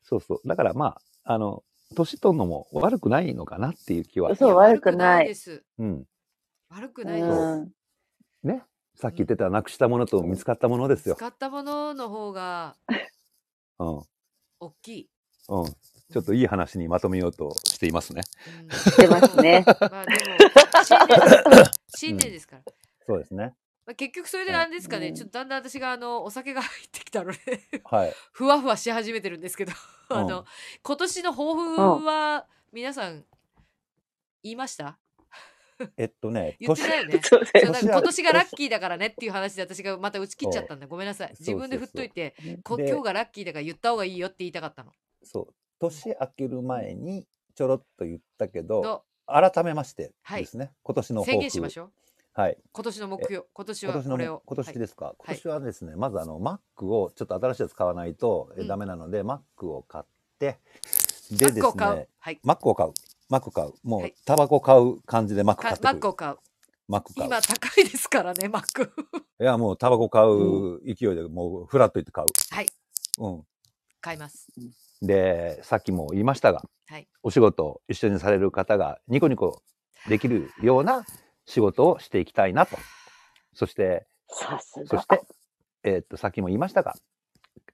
そうそう。だからまあ、あの、年取るのも悪くないのかなっていう気は。
そう悪くない
です。
うん。
悪く
う
ないです。
ん。
ね。さっき言ってた、なくしたものと見つかったものですよ。
使ったものの方が
うん。
大きい。
うん。ちょっといい話にまとめようとしていますね。
うん
てますね。
(laughs) まあでも新年ですから新年ですから。
そうですね。
まあ、結局それでなんですかね、
うん
ちょっとだんだん私があのお酒が入ってきたので (laughs)
はい。
ふわふわし始めてるんですけどあの、
うん
今年の抱負は皆さん言いました
えっとね、
言って
年
ない、よね
そうだ
そう
よ
年は
だから今年がラッキーだからねっていう話で私がまた打ち切っちゃったんだごめんなさい
そう
自分で振っといて
そうそう
こ
で
今日がラッキーだから言った方がいいよって言いたかったの
そう。年明ける前にちょろっと言ったけど、
と
改めまして
はい
ですね、今年の抱負
宣言しましょう
はい。
今年の目標今年
今
は
年の
これ
も
を
今年
は
で
い
すか、今年はですね、まずあの Mac をちょっと新しいやつ買わないと、え
うん
ダメなので Mac を買ってでです
マックを買
ね
うはい
Mac を買う Mac を買うも
は
う
い
タバコ買う感じで Mac 買っ
か
て
マ
く
ッ
る
クを買う
Mac 買う
今高いですからねマック (laughs)
いやもうタバコ買う勢いでもうフラッといって買う
はい
うん
買います
でさっきも言いましたが、
はい
お仕事を一緒にされる方がニコニコできるような仕事をしていきたいなとそして
さす
そ
が
し。て、えーっと、さっきも言いましたが、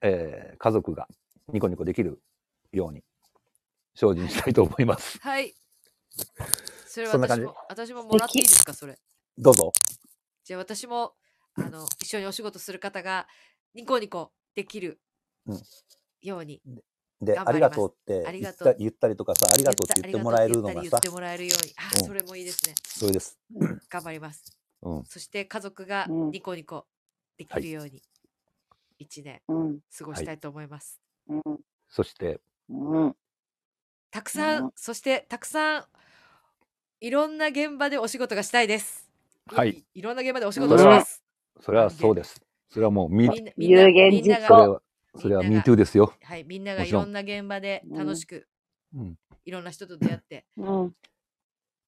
えー家族がニコニコできるように精進したいと思い
(laughs)
ます。
はい。それは
そんな感
私
じ
も、私ももらっていいですか、それ。
どうぞ。
じゃあ私も、あの、一緒にお仕事する方が、ニコニコできる
うん
ように、
で、
頑
あ
張
り
ります
がとうって
あり
言
が
っ
と
た
う
言ったりとかさ、ありがとうって言ってもらえるの
あ
が
り
さ
がとうって言ったり言って、もらえるように、あ
う
ー、
ん
それもいいですね。
それです。
頑張ります。
うん。
そして家族が
うん
ニコニコでき
はい
るように、一年
うん。
過ごしたいと思います。
うん。
そして、
うん。
たくさ
うんん、
そしてたくさん、いろんな現場でお仕事がしたいです。
はい。
いろんな現場でお仕事をし
それは
ます。
それはそうです。それはもう、み、
みんなみんな
有言
みんな
実
それ
行
が
は、それは
みんなが
MeToo ですよ。
はい、みんなが
も
い
ちろん
ろんな現場で楽しく
うん。
いろんな人と出会って、
うん。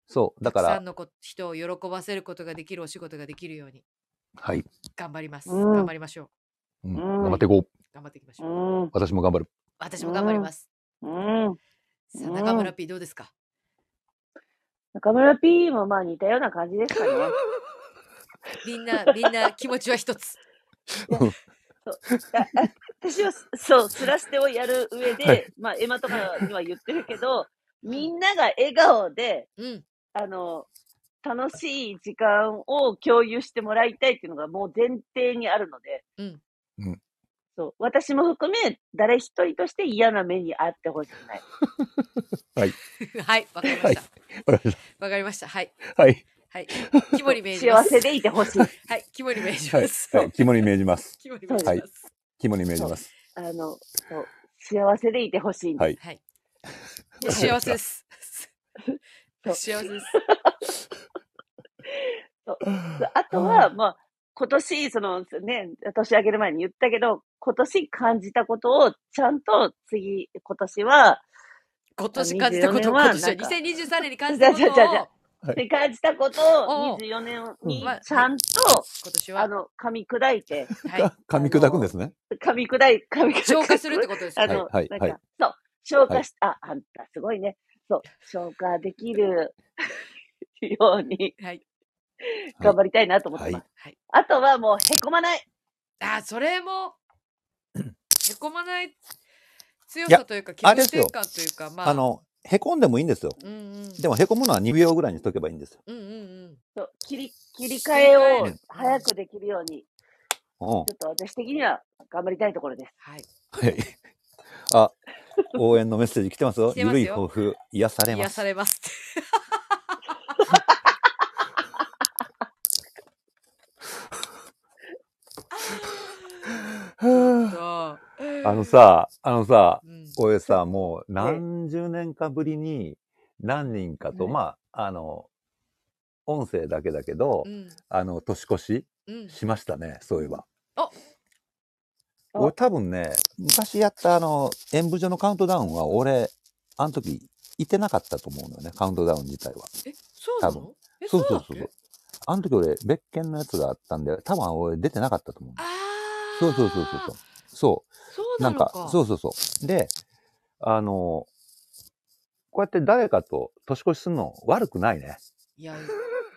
そう。だか
たくさ
ら
ん、のこ人を喜ばせることができるお仕事ができるように
はい。
頑張ります。
うん
頑張りましょう。
うん、
うん
頑張っていこう。
頑張っていきまし
う
ょう。
ん。
私も頑張る。
私も頑張ります。
うん。
さあ、
うん
中村 P どうですか、
中村 P もまあ似たような感じ
(laughs)
ですかね。
みんな、みんな気持ちは一つ。
私はそう、スラステをやる上で、
はい
まあ、エマとかには言ってるけど、みんなが笑顔で、
うん。 (laughs)
あの、楽しい時間を共有してもらいたいっていうのがもう前提にあるので、
うん
うん
そう私も含め、誰一人として嫌な目にあってほし
(laughs)
くない。
はい、わかりました。
わかりまし
わかりました。はい。
たはい。
はい。
(laughs)
肝に銘じま
幸
す。
せでいてほしい。
はい、肝に銘じ
は
ま
い。
す。
はい。肝に銘じます。
肝に銘じます。
は
はいい。
肝に銘じます。
あの、そう幸せでいてほしい。
はい
いや幸せです。
そう
幸せです。
あとは、まあ、今年、そのね、年明ける前に言ったけど、今年感じたことをちゃんと次、今年は、
今年感じたこと、
24年は
今年は
なんか
2023年に感じたこ
じゃあじゃあ
と
じゃ
を
あ、で感じたことを
おう
24年に
うん
ちゃんと、
今年は
あの、噛み砕いて、
はい、
噛み砕くんですね。
噛み砕い、噛み砕く。
消化するってことです
あ
よね。
の、
はいはい
なんか、そう、消化し、あ、あんたすごいね。そう、消化できるように
はい。
頑張りたいなと思ってます。
はい。
あとはもう、へこまない。
あ、それも、へこまない強
いや
さというか、気
あ
分
れです
転
よ
換というか、まあ、
あ、の、へこんでもいいんですよ。
うんうん、
でも、へこむのは2秒ぐらいにしとけばいいんですよ。
うんうんうん。
そう切り、切り替えを
切り替える
早くできるよう
うん
に、ち。ょっと私的には頑張りたいところです。
はい。
はい。あ、応援のメッセージ来てますよ。
(laughs) 来てま
緩
すよ
い抱負、癒されま
癒
す
さ。れます。
あのさ、あのさ、
うん、
これさ、もう何十年かぶりに何人かと、
はい
まあ、あの、音声だけだけど、
うん
あの、年越し
うん、
しましたね、そういえば。
あ
俺多分ね、昔やったあの、演舞場のカウントダウンは俺、あの時、いてなかったと思うのよね、カウントダウン自体は。
えそうな
多
のえ
そ
そうう
そ
そ
そ
ううそうう
そう。あの時俺、別件のやつがあったんで、多分俺出てなかったと思う。
ああ
そうそうそうそうそう。そう。
そう
な
なんのか
か、そうそうそう。で、あの、こうやって誰かと年越しするの悪くないね。
いや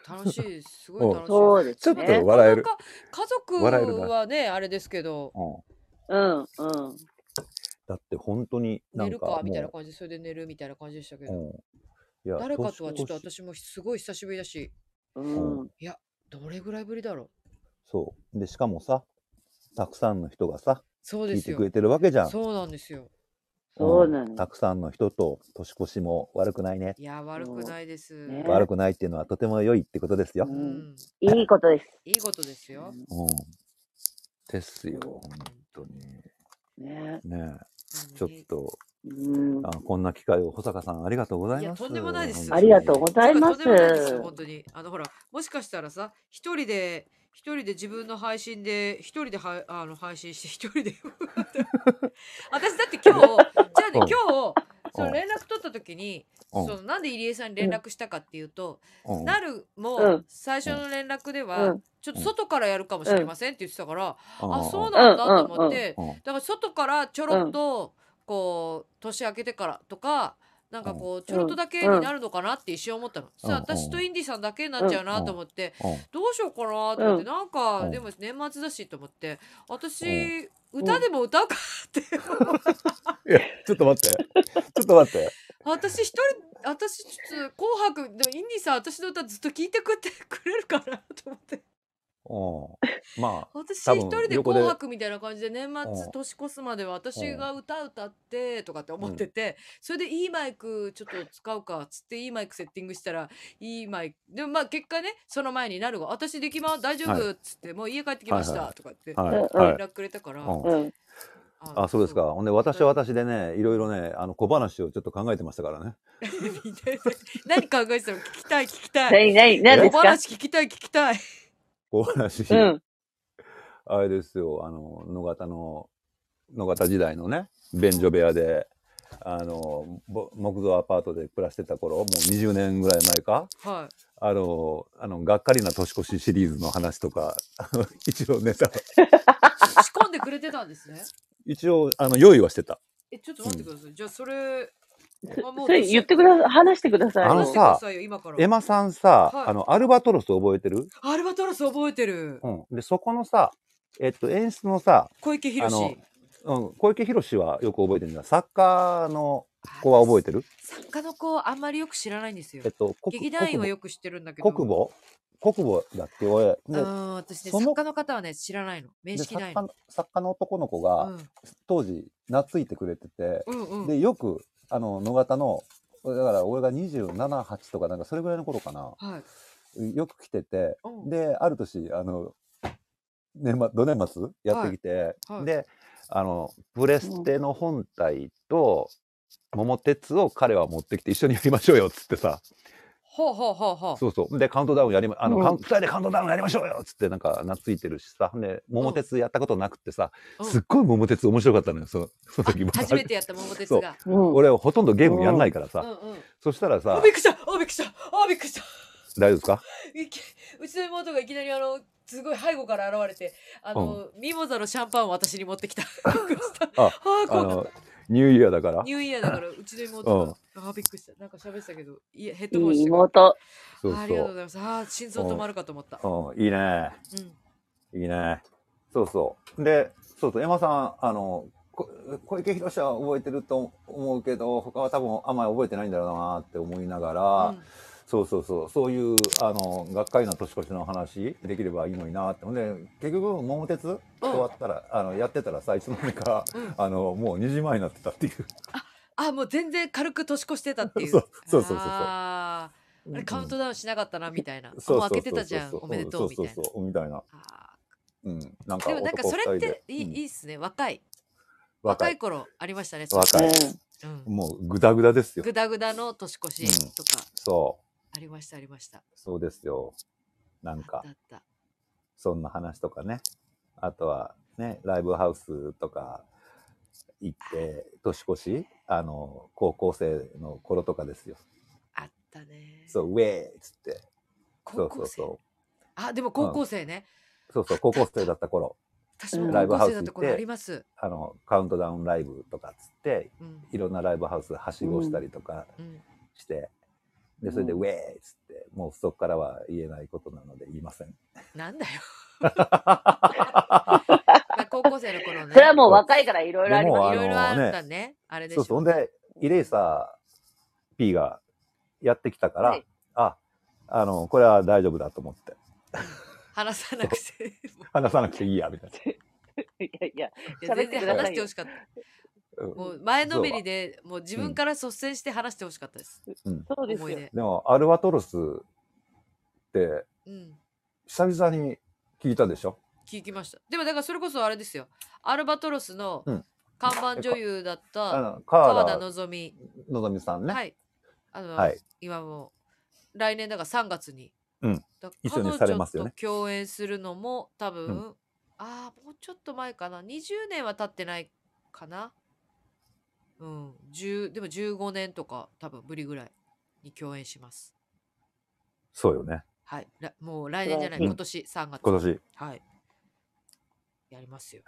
楽しいすご
う
い
ん
楽しい
そうです
ちょっ
ね
と。笑える
なかなか家族
笑えるな
はねあれですけど
うん。
うん、うん。
だって本当にな
寝
ん
る
か
か
もう、
みたいな感じそれで寝るみたいな感じでしたけど、
うん、いや
誰かとはちょっと
年越し
私もすごい久しぶりだし
うん。
どれぐらいぶりだろう
そう。で、しかもさ、たくさんの人がさ、
そう
聞
で
い
す
て
よ
くれてるわけじゃん。
そうなんですよ
そうなの
たくさんの人と年越しも悪くないね。
いや悪くないです、
ね
悪くないっていうのはとても良いってことですよ。
う
うんん。
ん、
いいことです。
いいことですよ、
ですよ、本当に。
ね。
ねえち
な
ょっ
んでね
と。
うん。
あこんな機会を保坂さんありがとうございます。
いやとんでもないで
本
す
当に
ありがとうございます
とんでもないですよ本当にあのほらもしかしたらさ一人で一人で自分の配信で一人ではあの配信して一
(laughs)
人で私だって今日じゃあね
う
今
ん
日その連絡取った時に
うん
そのなんで入江さんに連絡したかっていうと、
うん
なるも、
うん
最初の連絡で
う
は、
ん
ちょっと外からやるかもしれませんって言ってたから、
うん
あそうなんだと思って、
うん
だから外からちょろっとこう年明けてからとかなんかこうちょろっとだけになるのかなって一瞬思ったの、
うん
さ私とインディさんだけになっちゃうなと思って、どうしようかなと思って、
うん
なんか、
うん
でも年末だしと思って私、
ん
歌でも歌うかって、
うんいやちょっと待って (laughs) ちょっと待って
(laughs) 私一人私ちょっと「紅白」でもインディさん私の歌ずっと聴いてくってくれるかなと思って
うんまあ
私
多
一
分
人で「
横で
紅白」みたいな感じで年
う
末
ん
年越すまでは私が歌歌ってとかって思ってて、それでいいマイクちょっと使うかっつっていいマイクセッティングしたらいいマイクでもまあ結果ねその前になるが「私できま大丈
は
夫」っつって、もう家帰ってきまし
はいは
た」
い
とかって連
はい
うん
はい
絡くれたから、
うん
うん。
あそうですかほんで私は私でねいろいろねあの小話をちょっと考えてましたからね
みたいな何考えてたの聞きたい聞きた
何、
い
何、何です
お
か
話聞きたい聞きたい
小話、
うん。
あれですよあの野方の野方時代のね便所部屋であのぼ木造アパートで暮らしてた頃もう20年ぐらい前か
はい
あの、あの、がっかりな年越しシリーズの話とか、 (laughs) あの一応ネタ、
仕込んでくれてたんですね。
一応、あの、用意はしてた。
え、ちょっと待ってください。じゃあ、それ、あも
それ言ってく
だ
ださい。話してください。
あの
話してく
さ
ださいよ、今から。
エマさんさ、
はい
あの、アルバトロス覚えてる
アルバトロス覚えてる。
うん。で、そこのさ、えっと、演出のさ、
小池
あ
博
の
士。、
うん、小池博士はよく覚えてるんだ。作家の子は覚えてる
作家の子、あんまりよく知らないんですよ
えっ。と、国
劇団員は
国
よく知ってるんだけど。
母国母国母だっけ俺。
う
で
ん、私ね、
その
作家の方はね、知らないの。面
で
識
作
ない
家
の。
の作家の男の子が当時懐いてくれてて、
うん、うん、うん。
でよくあの野方のだから俺が278とかなんかそれぐらいの頃かな
はい。
よく来てて
うん
である年あの年末土年末やってきて、
はい
であのプレステの本体と桃鉄を彼は持ってきて一緒にやりましょうよっつってさ
ほうほうほうほ
そうそうでカウントダウンやりまあの、
うん
カウン2人でカウントダウンやりましょうよっつってなんか懐いてるしさで桃鉄やったことなくってさ、
うん
すっごい桃鉄面白かったのよそのその時
う。初めてやった桃鉄が。
うん。
俺ほとんどゲームやんないから
う
さ、
んうん。
そしたら
あ、
さ
びっくりしたあ、びっくりしたあ、びっくりした
大丈夫ですか
いきうちの妹がいきなりあのすごい背後から現れてあの、ミモザのシャンパンを私に持ってきたびっくりした
あ
ああ
あ
怖かっ
の、ニューイヤーだから
た。ニューイヤーだからうちの妹があびっくりしたなんか喋ってたけどいやヘッドホン
いい
してから
妹。
そう
あありがとうございますあー心臓止まるかと思った、
そう。うん、いいね。
うん、
いいね。そうそう。で、そうそう、山さん、あの、こ小池博士は覚えてると思うけど、他は多分あんまり覚えてないんだろうなって思いながら、
うん
そうそうそう、そういう、あの、がっかりな年越しの話できればいいのになって。ほんで、結局、桃鉄終わったら、あの、やってたらさ、いつの間にか、
うん
あの、もう2時前になってたっていう。
あもう全然軽く年越してたっていう
そうそうそうそうそう
あーあれカウントダウンしなかったなみたいな、
(laughs) そ
も
うそうそうそ
う
う
開けてたじゃんおめでとうみたいな
そうそうそう、みたいな。
あ
うん。なん
ー
か
でもなんか
男二
それ
人
っ
で
ていい,、
うん
いいっすね若い若
若
い
い。
頃ありましたね。
若い。
うん。
もうグダグダですよ。
グダグダの年越しとか
そ
ありました、ありました。
う。そうですよ。なん
あっ
か
た、あった。
そんな話とかね。あとは、ね、ライブハウスとか行って、年越し、あの、高校生の頃とかですよ。
あったね。
そう、ウェーイっつって。そ
高
うそ
校
う
生。
そ
あ、でも高校生ね。
う。そうそう、高校生だった頃、
私も
うん
高校生だった頃あります。
あの、カウントダウンライブとかっつって、
うん。
いろんなライブハウスはしごしたりとか
うん。
して、で、それで、
う
ウ
ん
ェーイっつって、もうそこからは言えないことなので言いません。
なん
(laughs)
だよ。まあ高校生の頃ね。
それはもう若いからいろいろあり
い
ま
もうあの
ろいろあったね。あれでし
そ
ょ。
うそう。ほんで、イレイサー P がやってきたから、
はい
あ、あの、これは大丈夫だと思って。
話さ
(laughs)
なくて。
話さなくていいや、みたいな。
す。いやいや、
いや
喋っ
全然
てくださいよ
話してほしかった。
うん
もう前のめりで、もう自分から率先して話してほしかったです。
そうです
思い
よ。
出。
でも、アルバトロスって、
うん。
久々に聞いたでしょ
聞きました。でもだからそれこそあれですよ。アルバトロスの
うん
看板女優だっ
あ
た
の、
川
川
田
田
のぞみ。
のぞみさんね。
はい。あの、
はい
今もう来年だから3月に。
うん
だから
一緒にされますよね
彼女と共演するのも多分、
うん
ああ、もうちょっと前かな。20年は経ってないかな。うん。10でも15年とか多分ぶりぐらいに共演します。
そうよね。
はい。らもう来年じゃない、
うん
今年3月。
今年。
はい。やりますよ。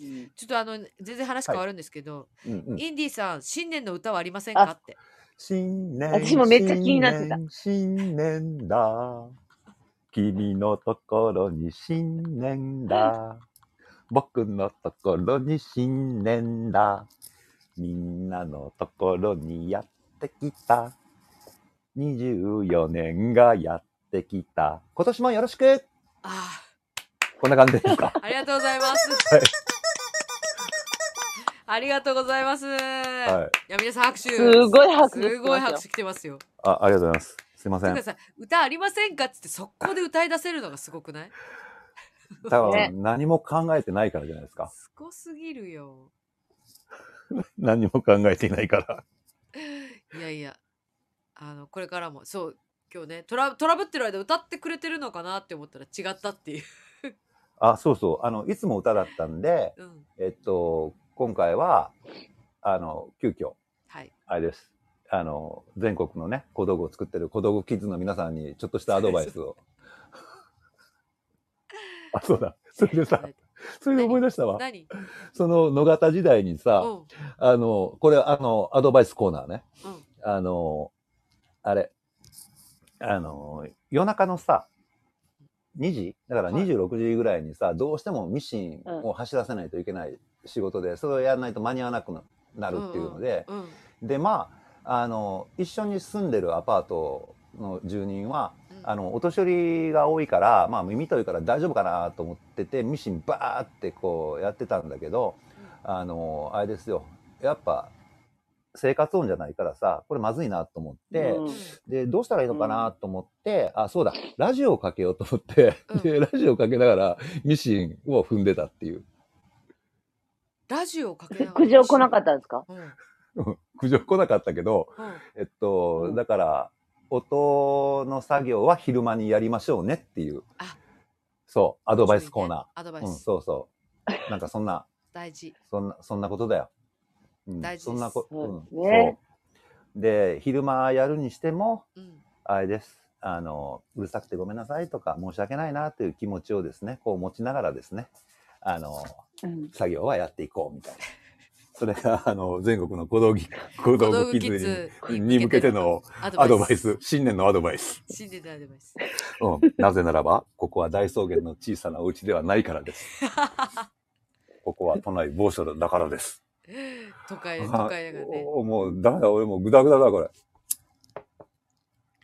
うん
ちょっとあの、全然話変わるんですけど、
うんうん、
インディーさん、新年の歌はありませんか
あ
って。
新年。
私もめっちゃ気になってた
新年。新年だ。君のところに新年だ。僕のところに新年だ。みんなのところにやってきた。24年がやってきた。今年もよろしく
あ
こんな感じです
(laughs)
か
あ、ありがとうございます。
はい
ありがとうございます。い、
はい。
や、皆さん拍手。
すごい拍手
すごい拍手来てますよ。
あ、ありがとうございます。すいませ
て
ん
か。さ、歌ありませんかっつって速攻で歌い出せるのがすごくない
多
ね
分何も考えてないからじゃないですか。
すごすぎるよ。
何も考えていないから。
いやいや、あの、これからも、そう、今日ね、トラトラブってる間歌ってくれてるのかなって思ったら違ったっていう。 (laughs)
あ、そうそう。あの、いつも歌だったんで、
うん。
えっと、今回は、あの、急遽、
はい。
あれです。あの、全国のね、小道具を作ってる小道具キッズの皆さんに、ちょっとしたアドバイ
(laughs)
スを。あ、そうだ。それでさ、それで思い出したわ。
何
その、野方時代に
う
さ、
ん。
あの、これ、あの、アドバイスコーナーね。
うん。
あの、あれ、あの、夜中のさ、2時だから
はい
26時ぐらいにさ、どうしてもミシンを走らせないといけない仕事で、それをやらないと間に合わなくなるっていうので、
うん。
で、まあ、あの、一緒に住んでるアパートの住人は、あの、お年寄りが多いから、まあ、耳遠いから大丈夫かなと思ってて、ミシンバーってこうやってたんだけど、あの、あれですよ。やっぱ、生活音じゃないからさ、これまずいなと思って、
うん
で、どうしたらいいのかなと思って、あ、そうだ、ラジオをかけようと思って、
うん
で、ラジオをかけながらミシンを踏んでたっていう。
ラジオをかけながら。
苦情来なかったんですか
うん。うん。
うん苦情来なかったけど、えっと、
うん
だから、音の作業は昼間にやりましょうねっていう
あ。
そう、アドバイスコーナ
アドバ
ー。
イ
うん、
ス。
そうそう。なんかそんな、 (laughs)
大事。
そんな、そんなことだよ。うん、
大事です
そんなこ、うん、
そうですね
そう。で、昼間やるにしても、
うん。
あれです。あの、うるさくてごめんなさいとか、申し訳ないなという気持ちをですね、こう持ちながらですね、あの、
うん
作業はやっていこうみたい (laughs) な。それが、あの、全国の小 (laughs) 道具、小
小
道
道
具
具
キ
キ
ッ
ッ
ズ
ズ
にに向けてのアドバイス、。新年のアドバイス。
信じてアドバイス。
うん。なぜならば、ここは大草原の小さなお家ではないからです。 (laughs) ここは都内某所だからです。
都会、都会だからね。
おもう、ダメだ、俺もうグダグダだ、これ。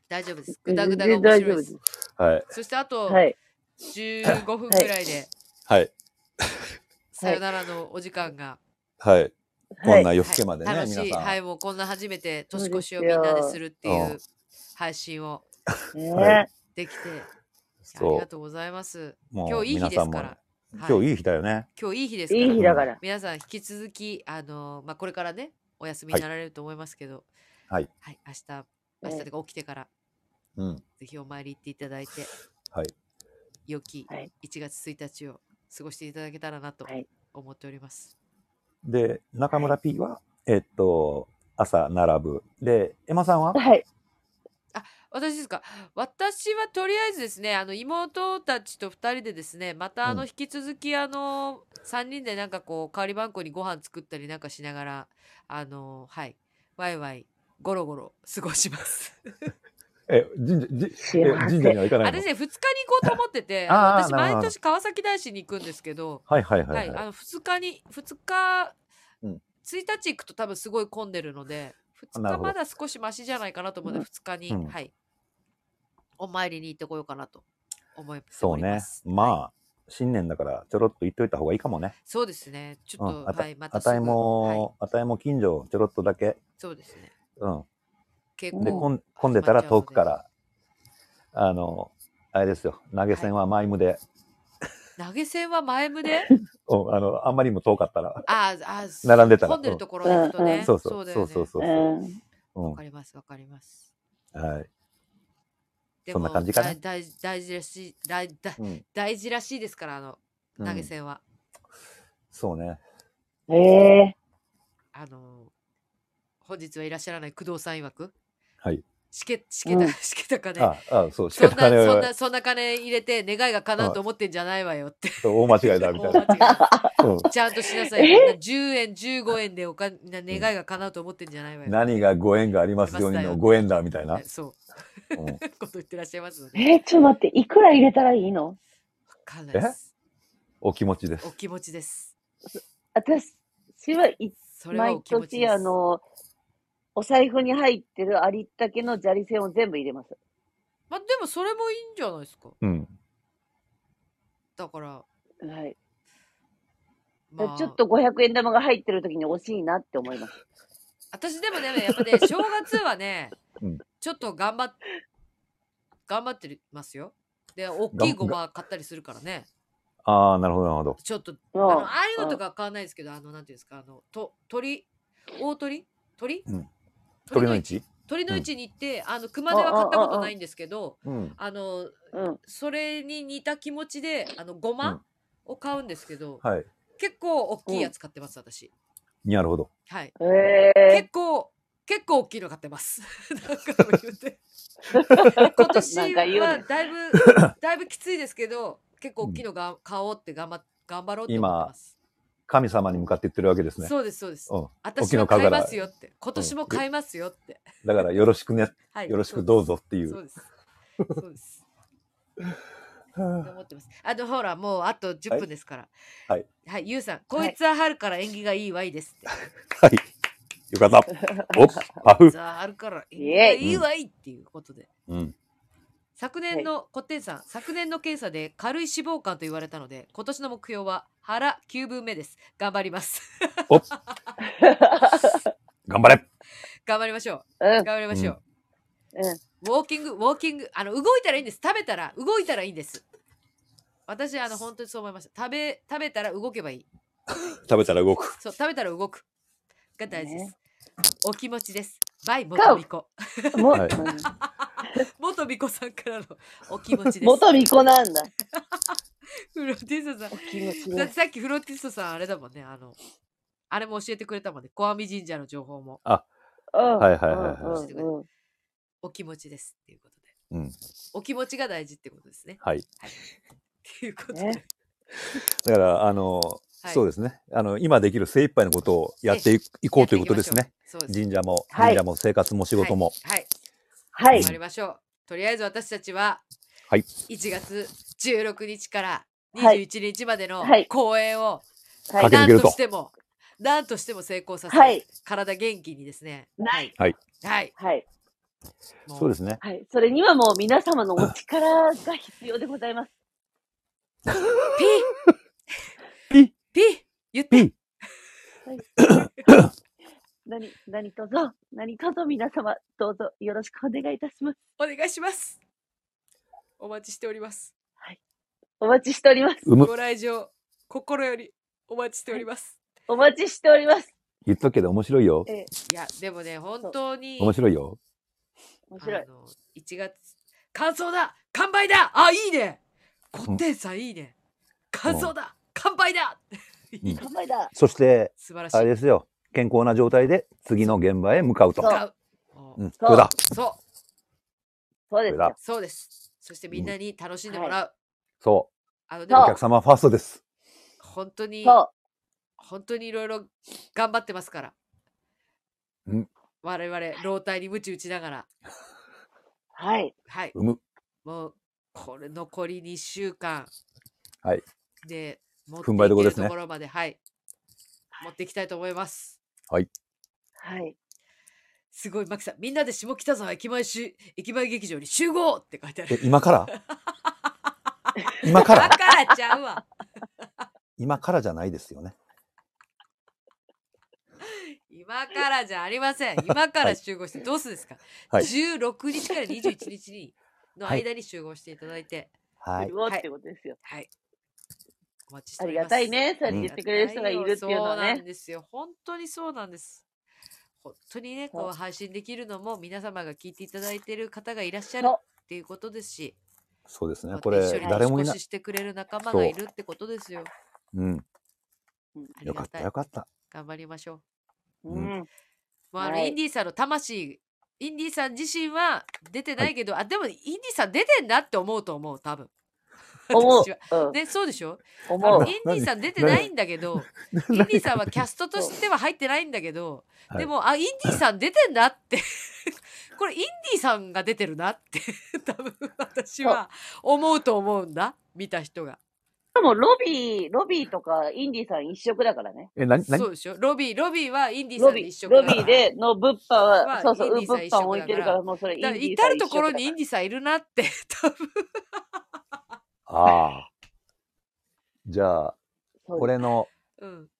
大丈夫です。
え
ぐだぐだが面白いです。
はい。
そしてあと
はい。
15分くらいで、
はい。
さよならのお時間が。
はい。こ
は
ん
い。
な夜更けまでね、
楽し
皆
い。
さん。
はい、もうこんな初めて年越しをみんなでするっていう配信を
ね
はい
できて、あ
そ
りが
う。
とうございます。
も
今
う
日いい日
皆
で
さん
す
も
から。はい
今日いい日だよね。
今日いい日ですから
いい日だから。
皆さん引き続き、あのーまあ、これからねお休みになられると思いますけど、
はい、
はい、明日明日というか起きてから
うん。
ぜひお参り行っていただいて
はい。
良き
はい
1月1日を過ごしていただけたらなと
はい
思っております。
で、中村 P は、えっと、朝並ぶ。で、エマさんは
はい。
私ですか私はとりあえずですねあの妹たちと2人でですねまたあの
うん
引き続きあの3人でなんかこう代わりばんこにご飯作ったりなんかしながらあのはいワイワイゴロゴロ過ごします。
え、神社、じえ
幸
神社に
せ。
は行かないの
私ね2日に行こうと思ってて
あー
あの私
なるほど
毎年川崎大師に行くんですけど
はいはいは
はいい、
はい。
あの2日に2日、
うん
1日行くと多分すごい混んでるので2
なる
日
ほど
まだ少しマシじゃないかなと思うので2日に、
うん
はいお参りに行ってこようかなと思います
そうね。まあ、新年だからちょろっと言っといた方がいいかもね。
そうですねちょっと、
うんあた
はいまた
あ
す
た
ぐ
い
はい、
も、あたいも近所ちょろっとだけ。
そうですね
うん。
結
で、
うん
こ
構
ん混んでたら遠くから、あの、あれですよ。投げ銭はマイムで。
投げ銭は前胸
(laughs) うん、あの、あんまりにも遠かったら。
あーあーそう
並んでたら
混んでるところだと
う
ね、
ん
そうそう、
だ
そ
よ
う
ね
そうそうう。
ん。
うん
わか。りますわかります
はい。
で
そんな
も
感じかな
だ大事大事らしい大大
うん。
大事らしいですからあの
うん
投げ銭は、
そうね。
ええ
あの本日はいらっしゃらない工藤さん曰く
はい。
しけしけ
う
た、
ん
しけた金
あ、あ、そう、し
そ
か
んな
金
そん
は
なそんな金入れて願いが叶うと思ってんじゃないわよって
大間違いだ、みた
大
いな。
間違
うん
いちゃんとしなさいよこんな10円15円でお金な願いが叶うと思ってんじゃないわよ
何がご縁がありますようにのご縁だ、みたいな
え。そう
うん
(laughs) こと言ってらっしゃいますので
ええちょっと待って、いくら入れたらいいの
わかんないです
お気持ちです
お。気持ちです
私はい
それは
毎
お気持ち
年、
です
あの、お財布に入ってるありったけの砂利線を全部入れます。
まあでもそれもいいんじゃないですか
うん。
だから
はい。
まあ
ちょっと500円玉が入ってる時に惜しいなって思います。
私でもねやっ
(laughs)
ぱね正月はね、
うん
ちょっと頑張っ頑張ってますよで大きいごま買ったりするからね
ああ、なるほど、なるほど。
ちょっと
うん
あのああいうのとかは買わないですけどあのなんていうんですかあのと鳥大鳥鳥、
うん鳥の位置
鳥の位置に行って、あの熊手は買ったことないんですけど
うん。
あの
うん。
それに似た気持ちであのご
うん
まを買うんですけど、
はい。
結構大きいやつ買ってます私
なるほど。
はい
ええ
結構結構大きいの買ってます。 (laughs) なんかも言
(laughs)
うて今
なんか言
年
うね
はだいぶ
(laughs)
だいぶきついですけど、結構大きいのが買おうって頑張っ頑張ろうって思ってます。
神様に向かって言ってるわけですね。
そうですそうです。
うん。大き
私
いの
も
買う
買
か
い
ら
ますよって、今年も買いますよって。
だから、よろしくね、
はい。
よろしくどうぞってい
そう
う。
です。そうです。って思ってます。あとほらもうあと10分ですから。
はい。
はい、ゆうさん、こいつは春から縁起がいいわいですって。
はい。よかった。おパ
こい
フ
つ。は春から縁
イ
起が
エ
イ
いいわいっていうことで。
うん。
昨年のコッテンさん、昨年の検査で軽い脂肪肝と言われたので今年の目標は腹9分目です頑張ります (laughs)
頑張れ
頑張りましょう
うん。
頑張りましょう、
うんうん
ウォーキングウォーキングあの動いたらいいんです食べたら動いたらいいんです私あの本当にそう思いました食べ食べたら動けばいい
食べたら動く。
そう食べたら動くが大事です、
ね
お気持ちですバイ元美子 (laughs)
も、
はい
うん
元美子さんからのお気持ちです
元巫女なんだ。
フロティーサさん
お気持ち
だっ
ね
て。さっきフローティストさんあれだもんねあのあれも教えてくれたもんね小網神社の情報も
うん
はいはいはいはい
うんうんうん
お気持ちですっていうことで
うん。
お気持ちが大事ってことですね
はい。
っていうことで、
ね
だから、あの、
はい
そうですね。あの、今できる精一杯のことをやっていいこうということですね。
そうです
神社も、
はい
神社も生活も仕事も。
はい、はい
はい
頑張。りましょうとりあえず私たちは
はい
1月16日から
はい
21日までの
はい
公演を
は
駆
い
け抜
何
けると
としても何としても成功させ、
はい
体元気にですね
ない。
はい。
はい
はい。
も
そうですね。
はい。それにはもう皆様のお力が必要でございます。
ピッピッ言って
ピ
何、何とぞ、何とぞ皆様、どうぞよろしくお願いいたします。
お願いします。お待ちしております。
お待ちしております。
うむ
ご来場
心よりお待ちしております。
お待ちしております。
言っとくけど面白いよ。
ええ、
いや、でもね、本当に。
面白いよ。
面白い
あ。の1月感想だ乾杯だあいいねコテンさんいいね感想だ乾杯だ
うん
乾杯だ。
そして、
素晴らしい
あれですよ。健康な状態で次の現場へ向かうと。
そう
買うお
うん、
そう
そうだ。
そう
そうです
これ
よ
だ。
そうですそしてみんなに楽しんでもらう、
そ
あので
う。お
そ
も
う
客様ファーストです。
本当に
そ
本当にいろいろ頑張ってますから
うん
我々老体に鞭打ちながら
う。はい。
はいう
む。
もうこれ残り2週間
はい
で持って
踏ん張りどころで
いける
すね
ところまではい持っていきたいと思います
はい。
すごい、マキさん、みんなで下北沢駅前し駅前劇場に集合って書いてあ
え
る。、
今から今から
だからちゃうわ。
今からじゃないですよね。
今からじゃありません。今から集合してどうするんですか、
はい
?16 日から21日にの間に集合していただいて、
はい。
うおってことですよ。
はい。お待ちして
あ
お
り
ります。
がたいね。そう
う
やって
ん
言ってくれる人がいるっていうのは
そうな
ね
ん。ですよ。本当にそうなんです。本当にね、こ
そうう
配信できるのも皆様が聞いていただいている方がいらっしゃる
そう
っていうことですし、
そうですね
ま。た
これ
一緒に、
誰もい
年
な
越
い。
ししてくれる仲間
そ
が
う
いるってことですよ。
うん。
あり
よか
が
ったた、
い
よ。かった。
頑張りましょう。
う
うんん。
まあ、あの
はい
インディーさんの魂、インディーさん自身は出てないけど、あでもインディーさん出てんなって思うと思う、多分。
思う
私は。
うん
ね、そうでしょあ
思
の
う
イ
な。
ンディーさん出てないんだけど、イ (laughs) ンディーさんはキャストとしては入ってないんだけど、
はい
でも、あ、インディーさん出てんなって、 (laughs) これインディーさんが出てるなって、 (laughs) 多分私は思うと思うんだ、見た人が。
でも、ロビー、ロビーとか、インディさん一色だからね。
(laughs) え、なに、なに
そうでしょロビー、ロビーはインディーさ
ロ
んで
ビ
一緒
ー、ロビーでの物販
まあ
は、そうそう、
インディ
物
ーさん
販置いてるから、もうそれ、インデ
だから
ィ
至
さん
る
一
ところ
色だ
にイ
か
ンディーさんいるなって、 (laughs) 多分
ああ。じゃあ、
ら。
これの
うん、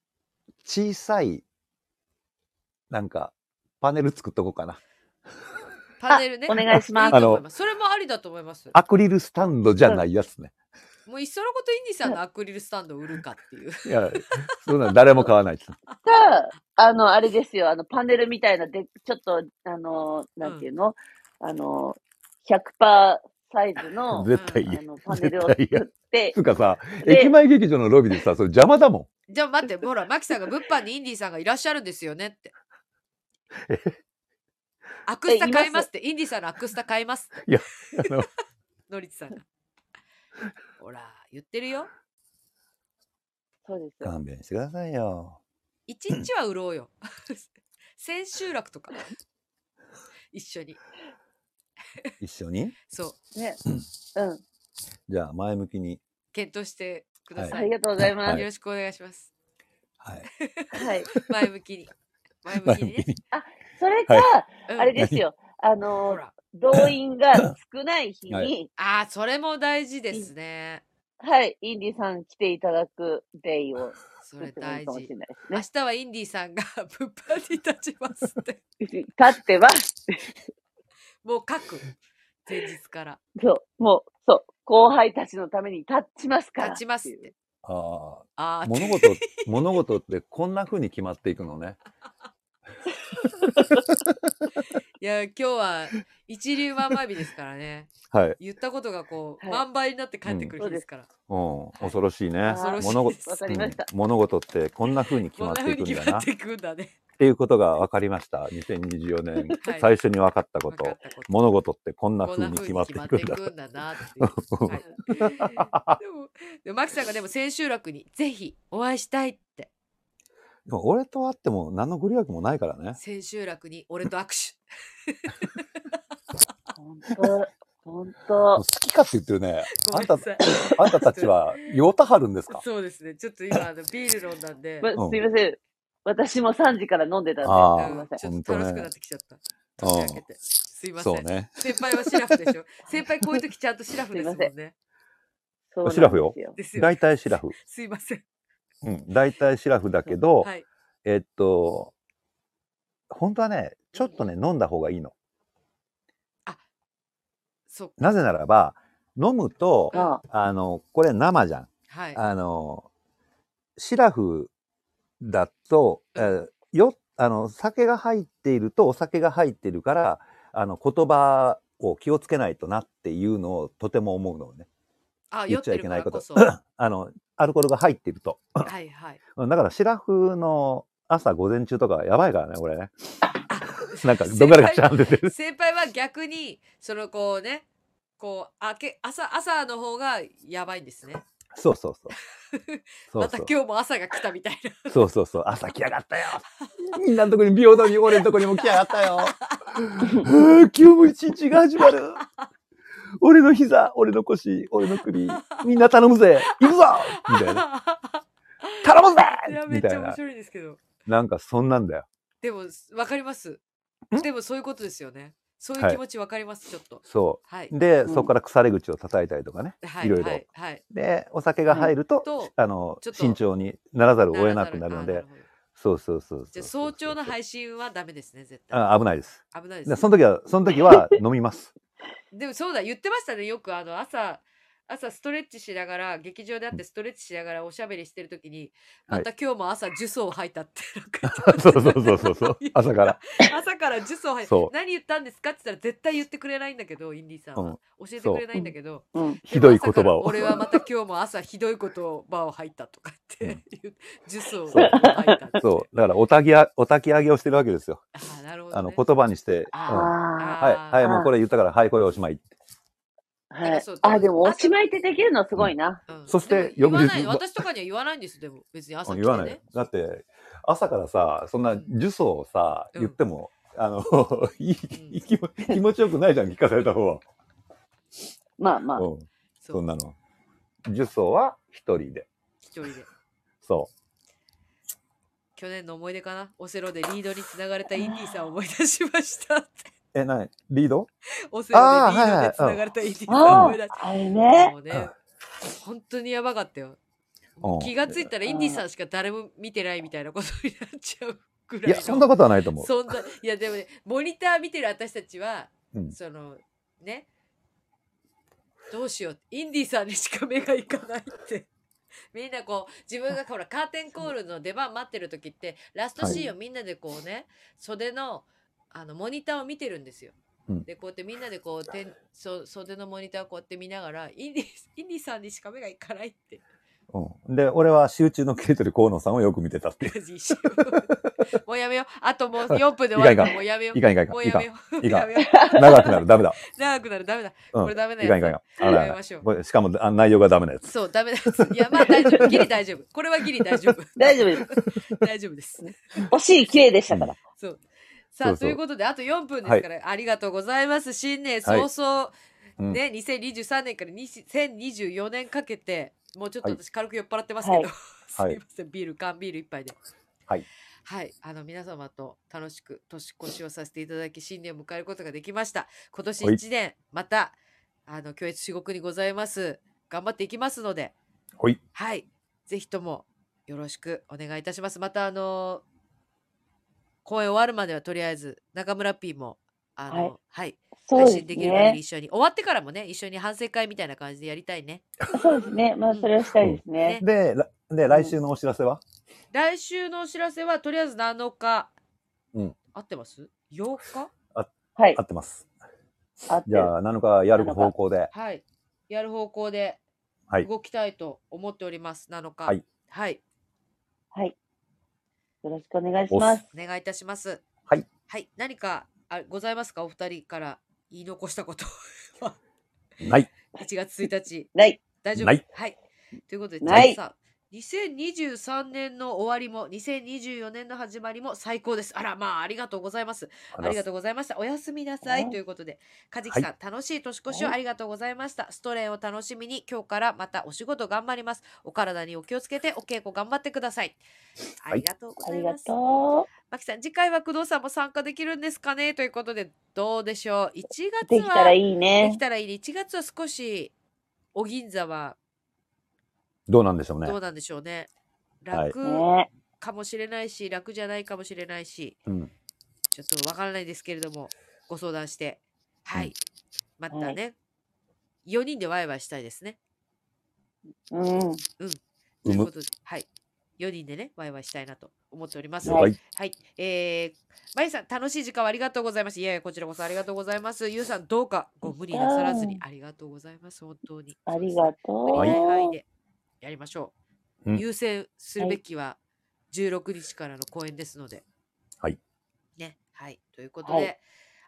小さい、なんか、パネル作っとこうかな。
パネルね。
お願いします
いいと思います。それもありだと思います。
アクリルスタンドじゃないやつね。
もういっそのことインディさんのアクリルスタンドを売るかっていう。
いや、そんなの誰も買わない
(laughs)
です。
が、あの、あれですよ、あの、パネルみたいな、で、ちょっと、あの、なんていうの、あの、100%サイズの、
絶対
あ
嫌。
の、パネルを作って
つ、うか
(laughs)
さ、
で
駅前劇場のロビーでさ、それ邪魔だも
じゃあ待って、ほら、マキさんが物販にインディさんがいらっしゃるんですよねって。
(laughs)
アクスタ買いますって、インディさんのアクスタ買いますって。
いや
(laughs)
あの
のりつさんが。ほら、言ってるよ。
そうです
ん。
よ。
勘弁してくださいよ。
一日は売ろうよ。 (laughs) 千秋楽とか。一緒に。
一緒に。
そう、
ね。うん。
じゃあ、前向きに。
検討してくだ
あ
さい。
りがとうございま
は
す。
よろしくお願いします。
はい。
はい。
前向きに。前向
前
きに
向
ね
き。に。
それか、
うん
あれですよ、あ
ほ
の、
ら。
動員が少ない日
は
に、
ああ、それも大事ですね。
はい、インディさん来ていただくデイを
そ
作っ
れ
てもい
大
いかもし
事
れ。ないです
明
ね。
日はインディさんが (laughs) 物販に立ちますって。
立っては、
もう書く。前日から。
そう、もう、そう、後輩たちのために立ちますから。
立ちますっ
ってい
て
う。
あ
あ
あ、
あ、
物
(laughs)
事、物事ってこんな風に決まっていくのね。
いや、今日は一粒万倍日ですからね。
はい。
言ったことがこう、
はい
万倍になって帰ってくる日ですから。
うん、恐ろしいね。
恐ろ
しい
物ご
です
わかりました
うん物事ってこんな風に決
こ
ま
ん
っ
な
て
風
いく
に
ん
決
だな
ま
っ
っていくんだね。
ていうことが分かりました。2024年、
はい
最初に分かったこ
分
と
かっ。たこと
物事ってこんな
こん
風
な
に
風
決
に
まって
決
い
まっ
くんだ。
ていくんだなっていう。はい、でも、でもマキさんがでも千秋楽にぜひお会いしたいって。
でも俺と会っても何のご利益もないからね。
千秋楽に俺と握手。
本当、本当
好。きかって言ってるね。
ご
あ
め
ん
ん
た、
なさい。
あんたたちは、ヨタハルんですか
そうですね。ちょっと今、あのビール飲んだんで。
ま、すいません。私も3時から飲んでたんで、
あ
う
ー
すいま
ん
せん。
ちょ
ほ
っ
ん
と
とね
楽しくなってきちゃった。
うん
年明けて。すいませ。
そうんね。
先輩はシラフでし
(laughs)
ょ。先輩こういう時ちゃんとシラフですもん
すい
ね。
そうなんです
シラフよ
ですよ。
大体シラフ。
すいません。
うん。大体シラフだけど、
はい。
えっと、本当はね、ちょっとね、飲んだ方がいいの。
そう。
なぜならば、飲むと、
あ
あの、これ生じゃん。
はい。
あの、シラフだと、えーよ、あの、酒が入っているとお酒が入っているから、あの、言葉を気をつけないとなっていうのをとても思うのね。
あ、
言
酔
っ
っ
ちゃい
て
け
る
な
か
いこ
らことそ。。
あの、アルコールが入っていると。 (laughs)
はいはい。
うんだから、シラフの朝午前中とかやばいからね、これね。
あ
なんか、どんがらがしゃんでてる。
先輩は逆に、そのこうね、こう、明け、朝、朝の方がやばいんですね。
そうそうそう。そう
ま
そ
た
う
今日も朝が来たみたいな。
そうそうそう。朝来やがったよ。みんなのとこに、平等に俺のとこにも来やがった (laughs) よ。うー今日も一日が始まる。俺の膝、俺の腰、俺の首、みんな頼むぜ行くぞみたいな。頼むぜ
(laughs) いや、め
み
ったち
い
ゃ面
な。
白いですけど。
なんかそんなんだよ。
でも、わかります。
ん
でも、そういうことですよね。そうい
は
う
い
気持ちわかります、ちょっと。
そ
はい。
う。で、
うん
そこから腐れ口を叩いたりとかね。
はいい、
ろいろ
はい。はい。
で、お酒が入ると、
と、
あの
ちょっ、と
慎重にならざるを得なくなるの
あ
で
る、ほど
そうそうそうそう。
じゃあ早朝の
信。
配信はダメですね、絶対。
あ危ないです。
危ないです
で
ね。
その時は、その時は飲みます。
(laughs) でもそうだ、言ってましたね、よくあの朝、朝ストレッチしながら、劇場であってストレッチしながらおしゃべりしてる時に、
は
ま
い
た今日も朝、呪詛を吐いた
(laughs)
って。なんか
そうそうそうそうそう。朝から。
朝から呪詛を吐いた
そう。
何言ったんですかって言ったら絶対言ってくれないんだけど、インディーさん
う
は
ん。
教えてくれないんだけど。
うん。
ひどい言葉を
でも朝から。俺はまた今日も朝ひどい言葉を吐いたとかって
うん
言う、呪詛を
そう
吐いたって。
そう。だから、おたきあ、おたき上げをしてるわけですよ。
あーなるほど、ね。
あの、言葉にして、
あ
うん
あ
はい、
あー
はい、もうこれ言ったから、はい、これおしまい。
あ、
な
は
んか
い
そう。
あ、でも、おしまいってできるのはすごいな。
うん
そして
でも言わ
翌
ない
日
私とかには言わないんですよでも別に朝
うん
来て、
言
ね、
わない。だって、朝からさ、そんな呪詛をさ、
うん
言っても、あの、いいいい気も気持ちよくないじゃん、聞かされた方は。
まあまあ。
うん、
そ
そん
う
なの。呪詛は一人で。
一人で
そ
去年の思い出かなオセロでリードにつながれたインディーさんを思い出しまし
(laughs)
たって
う。え、なにリード
オセロでリード
あーはいはい
でつながれたインディーさんを
あ
思い出し
あ、あれ
た、
ね。
もうね本当にやばかったよ
うん
気がついたらインディーさんしか誰も見てないみたいなことになっちゃうぐら
い
いの
や、そんなことはないと思う。
そんないやでもねモニター見てる私たちは、
うん
そのねどうしようインディーさんにしか目がいかないって (laughs) みんなこう自分がほらカーテンコールの出番待ってる時ってラストシーンをみんなでこうね、袖のあのモニターを見てるんですよ。
うん
でこうやってみんなでこうてんそ袖のモニターをこうやって見ながらインディーインディーさんにしか目がいかな
(laughs)
いって
うん、で、俺は集中の切れてる河野さんをよく見てたっていう。
一瞬もうやめようあともう4分で終
いか
わ
んいかん
るからもうやめよう
いかんいかんいか。
もうん
い
や
か
めよ
ん。かん
うやめよう
長くなる。ダメだ。
長くなるダメだ。
うん
これ (laughs) ダメないやつ
かんいかんいかん。
やめましょう
あららしかもあ内容がダメなやつ。
そうダメ (laughs) なやつ。いやまあ大丈夫。ギリ大丈夫。これはギリ大丈
(laughs)
夫。
大丈夫です。
(laughs) 大丈夫です。
惜しい、綺麗でしたから。
(laughs) そう。さあ
そうそう
ということであと4分ですから、ありがとうございます。新年早々、
うん
ね2023年から2024年かけてもうちょっと私軽く酔っ払ってますけど、
は
(laughs)
い
すいませんビール缶ビール一杯で。
はい。
はい、あの皆様と楽しく年越しをさせていただき新年を迎えることができました。今年
はい
1年またあの教育至極にございます。頑張っていきますので。
ほい。
はい、ぜひともよろしくお願いいたします。またあの公演終わるまではとりあえず中村 P もあの、
は
はいい、
そう
配
です
信できる限り
ね。
一緒に終わってからもね一緒に反省会みたいな感じでやりたいね。
そうですね。まあ、それをしたいですね。
で、らで、来週のお知らせは、
来週のお知らせはとりあえず7日、
うん、
合ってます？8日
はい
合。ってます。
あって
じ
る。
ゃあ、7日やる方向で。
はいやる方向で
はい
動きたいと思っております、7日
はい
はい
はい。よろしくお願いします。
お願いいたします。
はい。
はい。何かあございますかお二人から言い残したこと。
ない。
1月1日。
ない。
大丈夫
ない
はい。ということで、
ない
じゃあさ2023年の終わりも2024年の始まりも最高です。あら、まあ、ありがとうございます。ありがとうございました。おやすみなさ
はい
い。ということで、かじきさん、楽しい年越しを
はい
ありがとうございました。ストレイを楽しみに、今日からまたお仕事頑張ります。お体にお気をつけて、お稽古頑張ってください。
い
ありがとうご
あ
ざい
りが
ます。
と
マキさん、次回は工藤さんも参加できるんですかねということで、どうでしょう ?1
う。
月
で
は
きたらいい
で
ね
き。たらいいね。1月は少し、お銀座は
どうなんでしょうね
どう。なんでしょうね。
はい
楽
ね。
かもしれないし、楽じゃないかもしれないし、
うん。
ちょっとわからないですけれども、ご相談して、は
うん
い。またね、4人でワイワイしたいですね。
うん。
と
う
いうこ
む。。
とで、はい。 4人でね、ワイワイしたいなと思っております。
はい
はい。えー、まゆさん、楽しい時間をありがとうございます。いやいや、こちらこそありがとうございます。ゆうさん、どうかご無理なさらずに
う
ありがとうございます。本当に。
ありがとう。
そうですねはい。でやりましょう。
うん
優先するべきは16日からの公演ですので。
はい。
ね。はい。ということで、
はい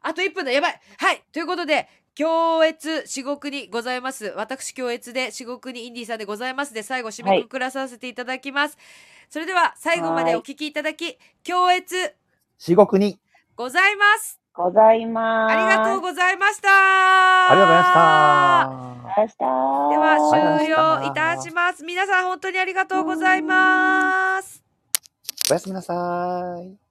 あと1分だ。やばい。はい。ということで、強越至極にございます。私強越で至極にインディーさんでございますで、最後締めくくらさせていただきます。それでは最後までお聞きいただき、強越
至極に。
ございます。
ございます。
ありがとう
ご
ございました。
あ
あ
りがとうございました。
ざいました。
では終
あ
了
り
い
がとうございました
たします。皆さん本当にありがとうございます。
おやすみなさい。